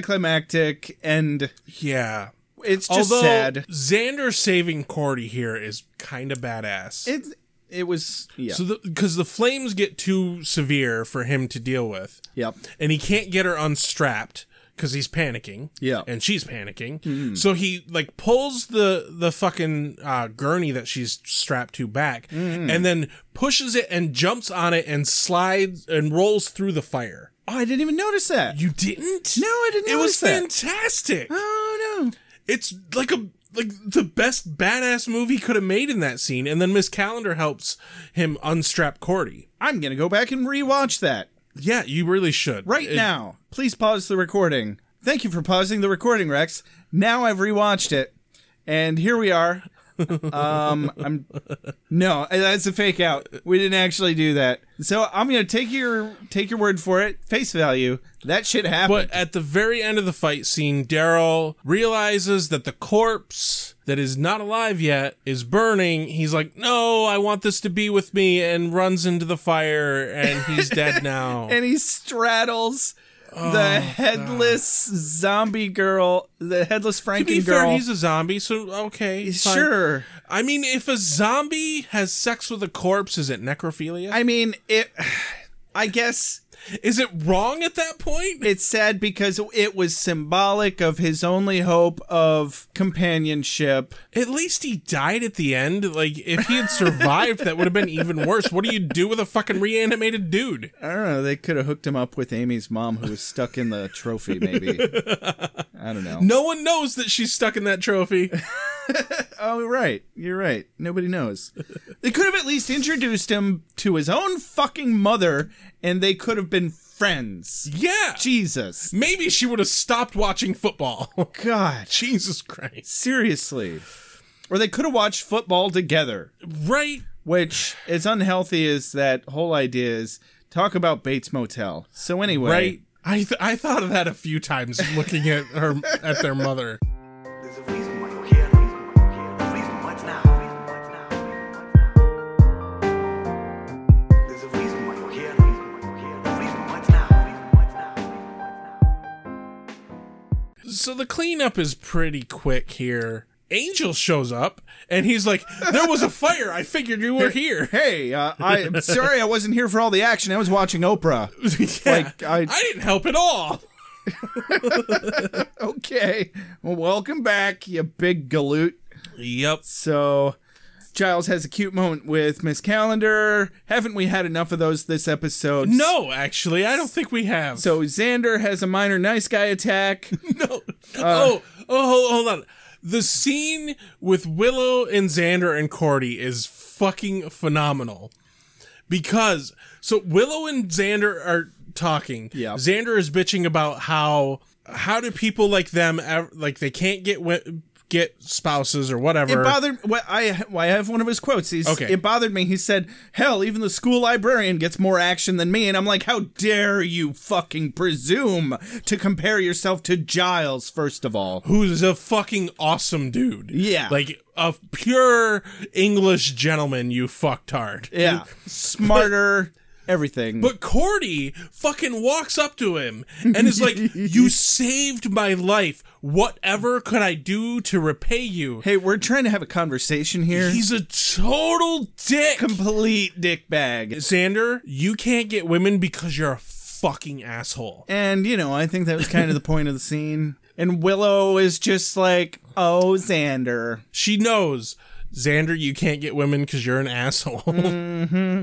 Speaker 8: anticlimactic, and
Speaker 10: Yeah.
Speaker 8: it's just
Speaker 10: Although
Speaker 8: sad.
Speaker 10: Xander saving Cordy here is kind of badass.
Speaker 8: It it was yeah.
Speaker 10: So, because the flames get too severe for him to deal with,
Speaker 8: yep.
Speaker 10: and he can't get her unstrapped because he's panicking.
Speaker 8: Yeah. Mm-hmm.
Speaker 10: and she's panicking. So he like pulls the the fucking uh, gurney that she's strapped to back,
Speaker 8: Mm-hmm.
Speaker 10: and then pushes it and jumps on it and slides and rolls through the fire.
Speaker 8: Oh, I didn't even notice that.
Speaker 10: You didn't?
Speaker 8: No, I didn't
Speaker 10: It was
Speaker 8: notice that.
Speaker 10: fantastic.
Speaker 8: oh no.
Speaker 10: It's like a like the best badass movie could have made in that scene. And then Miss Calendar helps him unstrap Cordy.
Speaker 8: I'm gonna go back and rewatch that.
Speaker 10: Yeah, you really should.
Speaker 8: Right
Speaker 10: It-
Speaker 8: now, please pause the recording. Thank you for pausing the recording, Rex. Now I've rewatched it, and here we are. Um, I'm no, that's a fake out. We didn't actually do that. So I'm gonna take your take your word for it, face value. That shit happened.
Speaker 10: But at the very end of the fight scene, Daryl realizes that the corpse that is not alive yet is burning. He's like, "No, I want this to be with me," and runs into the fire, and he's dead now.
Speaker 8: and he straddles
Speaker 10: Oh,
Speaker 8: the headless zombie girl, the headless
Speaker 10: to be
Speaker 8: Franken
Speaker 10: fair,
Speaker 8: girl.
Speaker 10: he's a zombie, so okay, fine.
Speaker 8: sure.
Speaker 10: I mean, if a zombie has sex with a corpse, is it necrophilia?
Speaker 8: I mean, it. I guess
Speaker 10: is it wrong at that point?
Speaker 8: it's sad because it was symbolic of his only hope of companionship.
Speaker 10: At least he died at the end. Like, if he had survived, that would have been even worse. What do you do with a fucking reanimated dude?
Speaker 8: I don't know. They could have hooked him up with Amy's mom, who was stuck in the trophy. Maybe I don't know.
Speaker 10: No one knows that she's stuck in that trophy.
Speaker 8: Oh, right. You're right. Nobody knows. they could have at least introduced him to his own fucking mother, and they could have been friends.
Speaker 10: Yeah.
Speaker 8: Jesus,
Speaker 10: Maybe she would have stopped watching football.
Speaker 8: God,
Speaker 10: Jesus Christ.
Speaker 8: seriously. Or they could have watched football together.
Speaker 10: Right?
Speaker 8: which is unhealthy is that whole idea is talk about Bates Motel. So anyway,
Speaker 10: Right? I, th- I thought of that a few times looking at her at their mother.
Speaker 4: There's a reason why you're here. Reason why you're here. Reason what's now. Reason what's now. Reason what's now. There's a reason why you're here. Reason why you're here. Reason what's now. Reason what's now. Reason what's now.
Speaker 10: So the cleanup is pretty quick here. Angel shows up and he's like, "There was a fire. I figured you were here."
Speaker 8: Hey, uh, I'm sorry I wasn't here for all the action. I was watching Oprah.
Speaker 10: Yeah.
Speaker 8: Like, I-
Speaker 10: I didn't help at all.
Speaker 8: Okay, well, welcome back, you big galoot.
Speaker 10: Yep.
Speaker 8: So Giles has a cute moment with Miss Calendar. Haven't we had enough of those this episode?
Speaker 10: No, actually, I don't think we have.
Speaker 8: So Xander has a minor nice guy attack.
Speaker 10: no. oh, oh, hold, hold on. The scene with Willow and Xander and Cordy is fucking phenomenal. Because so Willow and Xander are talking.
Speaker 8: Yeah.
Speaker 10: Xander is bitching about how how do people like them ever, like they can't get wi- get spouses or whatever.
Speaker 8: It bothered. Well, I I have one of his quotes. He's,
Speaker 10: Okay.
Speaker 8: It bothered me. He said, "Hell, even the school librarian gets more action than me," and I'm like, "How dare you fucking presume to compare yourself to Giles?" First of all,
Speaker 10: who's a fucking awesome dude.
Speaker 8: Yeah.
Speaker 10: Like a pure English gentleman, you fucktard.
Speaker 8: Yeah. Smarter, everything.
Speaker 10: But Cordy fucking walks up to him and is like, You saved my life. Whatever could I do to repay you?
Speaker 8: Hey, we're trying to have a conversation here.
Speaker 10: He's a total dick.
Speaker 8: Complete dick bag.
Speaker 10: Xander, you can't get women because you're a fucking asshole.
Speaker 8: And, you know, I think that was kind of the point of the scene. And Willow is just like, oh, Xander.
Speaker 10: She knows, Xander, you can't get women because you're an asshole.
Speaker 8: Mm-hmm.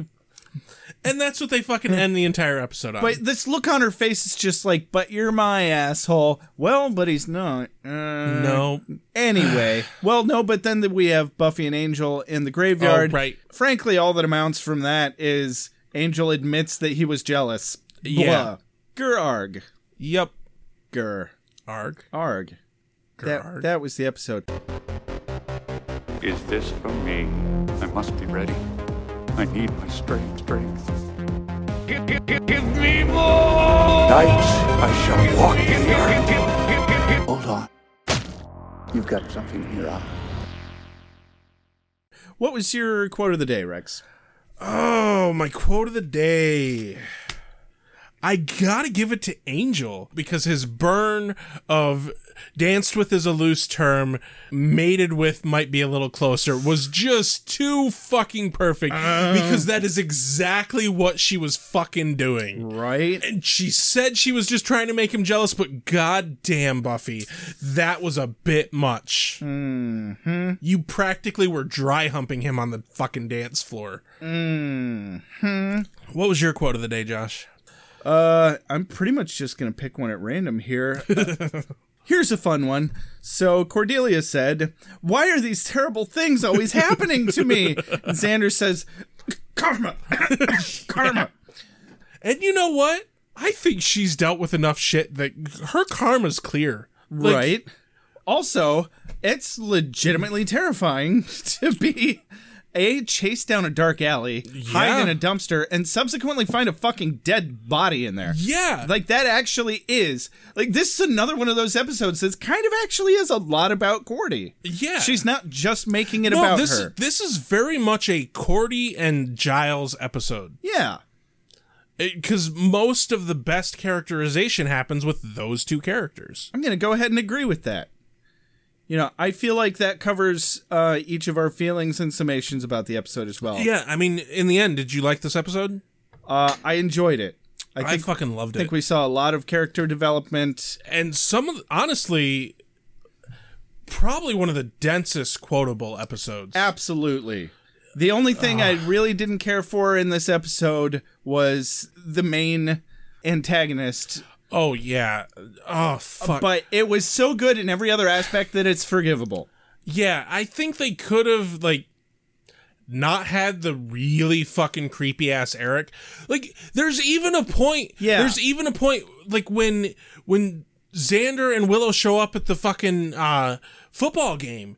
Speaker 10: And that's what they fucking end the entire episode on.
Speaker 8: But this look on her face is just like, but you're my asshole. Well, but he's not. Uh,
Speaker 10: no.
Speaker 8: Anyway, well, no, but then we have Buffy and Angel in the graveyard.
Speaker 10: Oh, right.
Speaker 8: Frankly, all that amounts from that is Angel admits that he was jealous.
Speaker 10: Yeah.
Speaker 8: Blah. Gerarg.
Speaker 10: Yep.
Speaker 8: Ger.
Speaker 10: Arg.
Speaker 8: Arg. That,
Speaker 10: Gerarg.
Speaker 8: that was the episode.
Speaker 12: Is this from me? I must be ready. I need my strength, strength.
Speaker 3: Give, give, give, give me more!
Speaker 4: Nights I shall walk in the earth. Hold on. You've got something in your eye.
Speaker 8: What was your quote of the day, Rex?
Speaker 10: Oh, my quote of the day. I gotta give it to Angel because his burn of danced with is a loose term, mated with might be a little closer was just too fucking perfect because that is exactly what she was fucking doing.
Speaker 8: Right?
Speaker 10: And she said she was just trying to make him jealous, but goddamn, Buffy, that was a bit much. Mm-hmm. You practically were dry humping him on the fucking dance floor. Mm-hmm. What was your quote of the day, Josh?
Speaker 8: Uh, I'm pretty much just gonna pick one at random here. Uh, Here's a fun one. So Cordelia said, "Why are these terrible things always happening to me?" And Xander says, "Karma, karma."
Speaker 10: And you know what? I think she's dealt with enough shit that her karma's clear. Like,
Speaker 8: right. Also, it's legitimately terrifying to be a chased down a dark alley, hide
Speaker 10: Yeah.
Speaker 8: in a dumpster, and subsequently find a fucking dead body in there.
Speaker 10: Yeah.
Speaker 8: Like that actually is like this is another one of those episodes that kind of actually is a lot about Cordy.
Speaker 10: Yeah.
Speaker 8: she's not just making it
Speaker 10: no,
Speaker 8: about
Speaker 10: this
Speaker 8: her.
Speaker 10: this is very much a Cordy and Giles episode.
Speaker 8: Yeah,
Speaker 10: because most of the best characterization happens with those two characters.
Speaker 8: I'm gonna go ahead and agree with that. You know, I feel like that covers uh, each of our feelings and summations about the episode as well.
Speaker 10: Yeah, I mean, in the end, did you like this episode?
Speaker 8: uh, I enjoyed it. I
Speaker 10: I,
Speaker 8: think,
Speaker 10: fucking loved
Speaker 8: think
Speaker 10: it.
Speaker 8: we saw a lot of character development.
Speaker 10: and some of the, honestly, probably one of the densest quotable episodes.
Speaker 8: Absolutely. The only thing I really didn't care for in this episode was the main antagonist
Speaker 10: oh yeah. Oh fuck.
Speaker 8: but it was so good in every other aspect that it's forgivable.
Speaker 10: yeah, I think they could have like not had the really fucking creepy ass Eric. Like there's even a point
Speaker 8: Yeah.
Speaker 10: there's even a point like when when Xander and Willow show up at the fucking uh football game.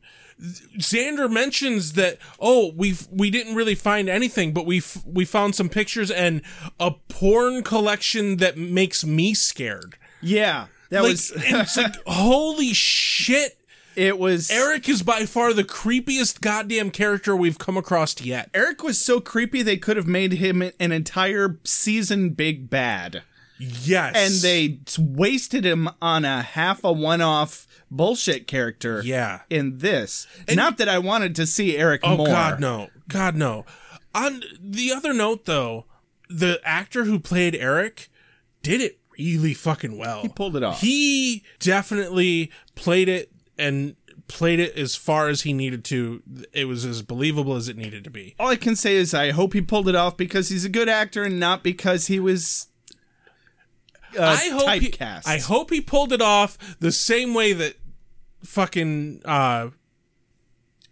Speaker 10: Xander mentions that oh we we didn't really find anything but we f- we found some pictures and a porn collection that makes me scared.
Speaker 8: Yeah, that
Speaker 10: like,
Speaker 8: was
Speaker 10: and it's like holy shit
Speaker 8: it was
Speaker 10: Eric is by far the creepiest goddamn character we've come across yet.
Speaker 8: Eric was so creepy they could have made him an entire season big bad,
Speaker 10: Yes.
Speaker 8: and they wasted him on a half a one off bullshit character.
Speaker 10: Yeah.
Speaker 8: in this, not that I wanted to see Eric
Speaker 10: Oh
Speaker 8: more.
Speaker 10: god no. God no. On the other note though, the actor who played Eric did it really fucking well. He
Speaker 8: pulled it off.
Speaker 10: He definitely played it and played it as far as he needed to. It was as believable as it needed to be.
Speaker 8: All I can say is I hope he pulled it off because he's a good actor and not because he was. Uh,
Speaker 10: I hope
Speaker 8: typecast.
Speaker 10: He, I hope he pulled it off the same way that fucking uh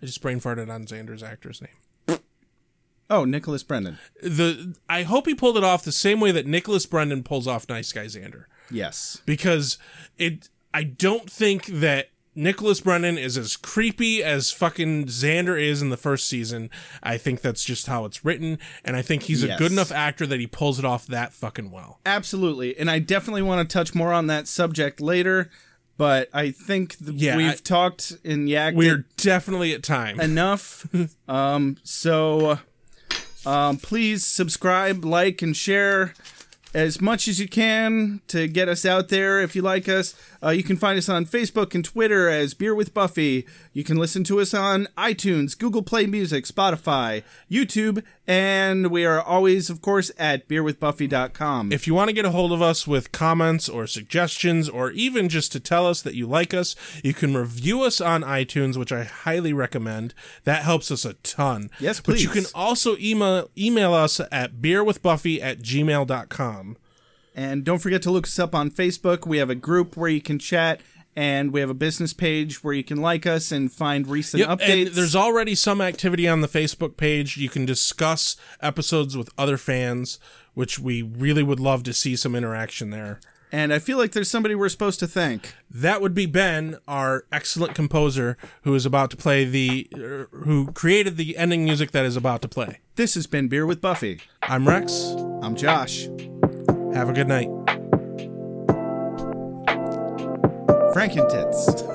Speaker 10: I just brain farted on Xander's actor's name.
Speaker 8: Oh, Nicholas Brendan.
Speaker 10: The I hope he pulled it off the same way that Nicholas Brendan pulls off Nice Guy Xander
Speaker 8: Yes.
Speaker 10: because it I don't think that Nicholas Brennan is as creepy as fucking Xander is in the first season. I think that's just how it's written, and I think he's a
Speaker 8: Yes.
Speaker 10: good enough actor that he pulls it off that fucking well.
Speaker 8: Absolutely. And I definitely want to touch more on that subject later, but I think th-
Speaker 10: Yeah,
Speaker 8: we've
Speaker 10: I-
Speaker 8: talked and yacked.
Speaker 10: We're definitely at time.
Speaker 8: Enough. um, so um, please subscribe, like, and share as much as you can to get us out there if you like us. Uh, you can find us on Facebook and Twitter as Beer with Buffy. You can listen to us on iTunes, Google Play Music, Spotify, YouTube, and we are always, of course, at beerwithbuffy.com.
Speaker 10: If you want to get a hold of us with comments or suggestions, or even just to tell us that you like us, you can review us on iTunes, which I highly recommend. That helps us a ton.
Speaker 8: Yes,
Speaker 10: But you
Speaker 8: please.
Speaker 10: can also email email us at beerwithbuffy at gmail.com.
Speaker 8: And don't forget to look us up on Facebook. We have a group where you can chat, and we have a business page where you can like us and find recent
Speaker 10: Yep,
Speaker 8: updates.
Speaker 10: and there's already some activity on the Facebook page. You can discuss episodes with other fans, which we really would love to see some interaction there.
Speaker 8: And I feel like there's somebody we're supposed to thank.
Speaker 10: That would be Ben, our excellent composer, who is about to play the, er, who created the ending music that is about to play.
Speaker 8: This has been Beer with Buffy.
Speaker 10: I'm Rex.
Speaker 8: I'm Josh.
Speaker 10: Have a good night.
Speaker 8: Frankentits.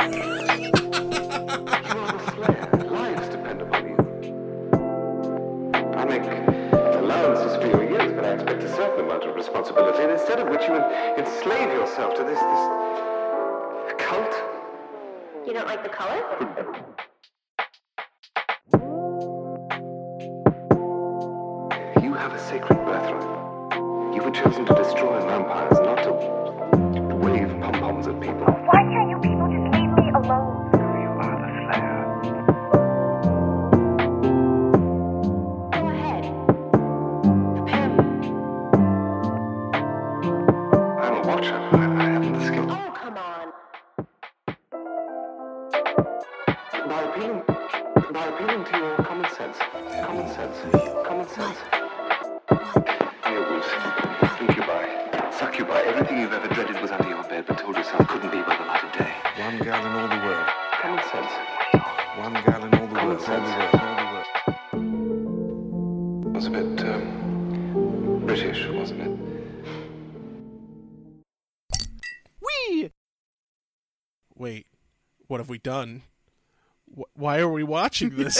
Speaker 13: lives depend upon you. I make allowances for your years, but I expect a certain amount of responsibility, and instead of which you en- enslave yourself to this this cult.
Speaker 6: You don't like the color?
Speaker 13: You have a sacred birthright. You were chosen to destroy vampires, not to to wave pom poms at people. Why can't you people just leave me alone? You are the Slayer. I'm a watcher. I, I haven't the skill. Oh, come on. By appealing, by appealing to your common sense, common sense, common sense. Werewolves, incubi, succubi, everything you've ever dreaded was under your bed, but told yourself couldn't be by the light of day. One girl in all the world. Common sense. One girl in all the world. All the world. All the world. It was a bit um, British, wasn't it?
Speaker 10: Wee. Wait, what have we done? Wh- why are we watching this?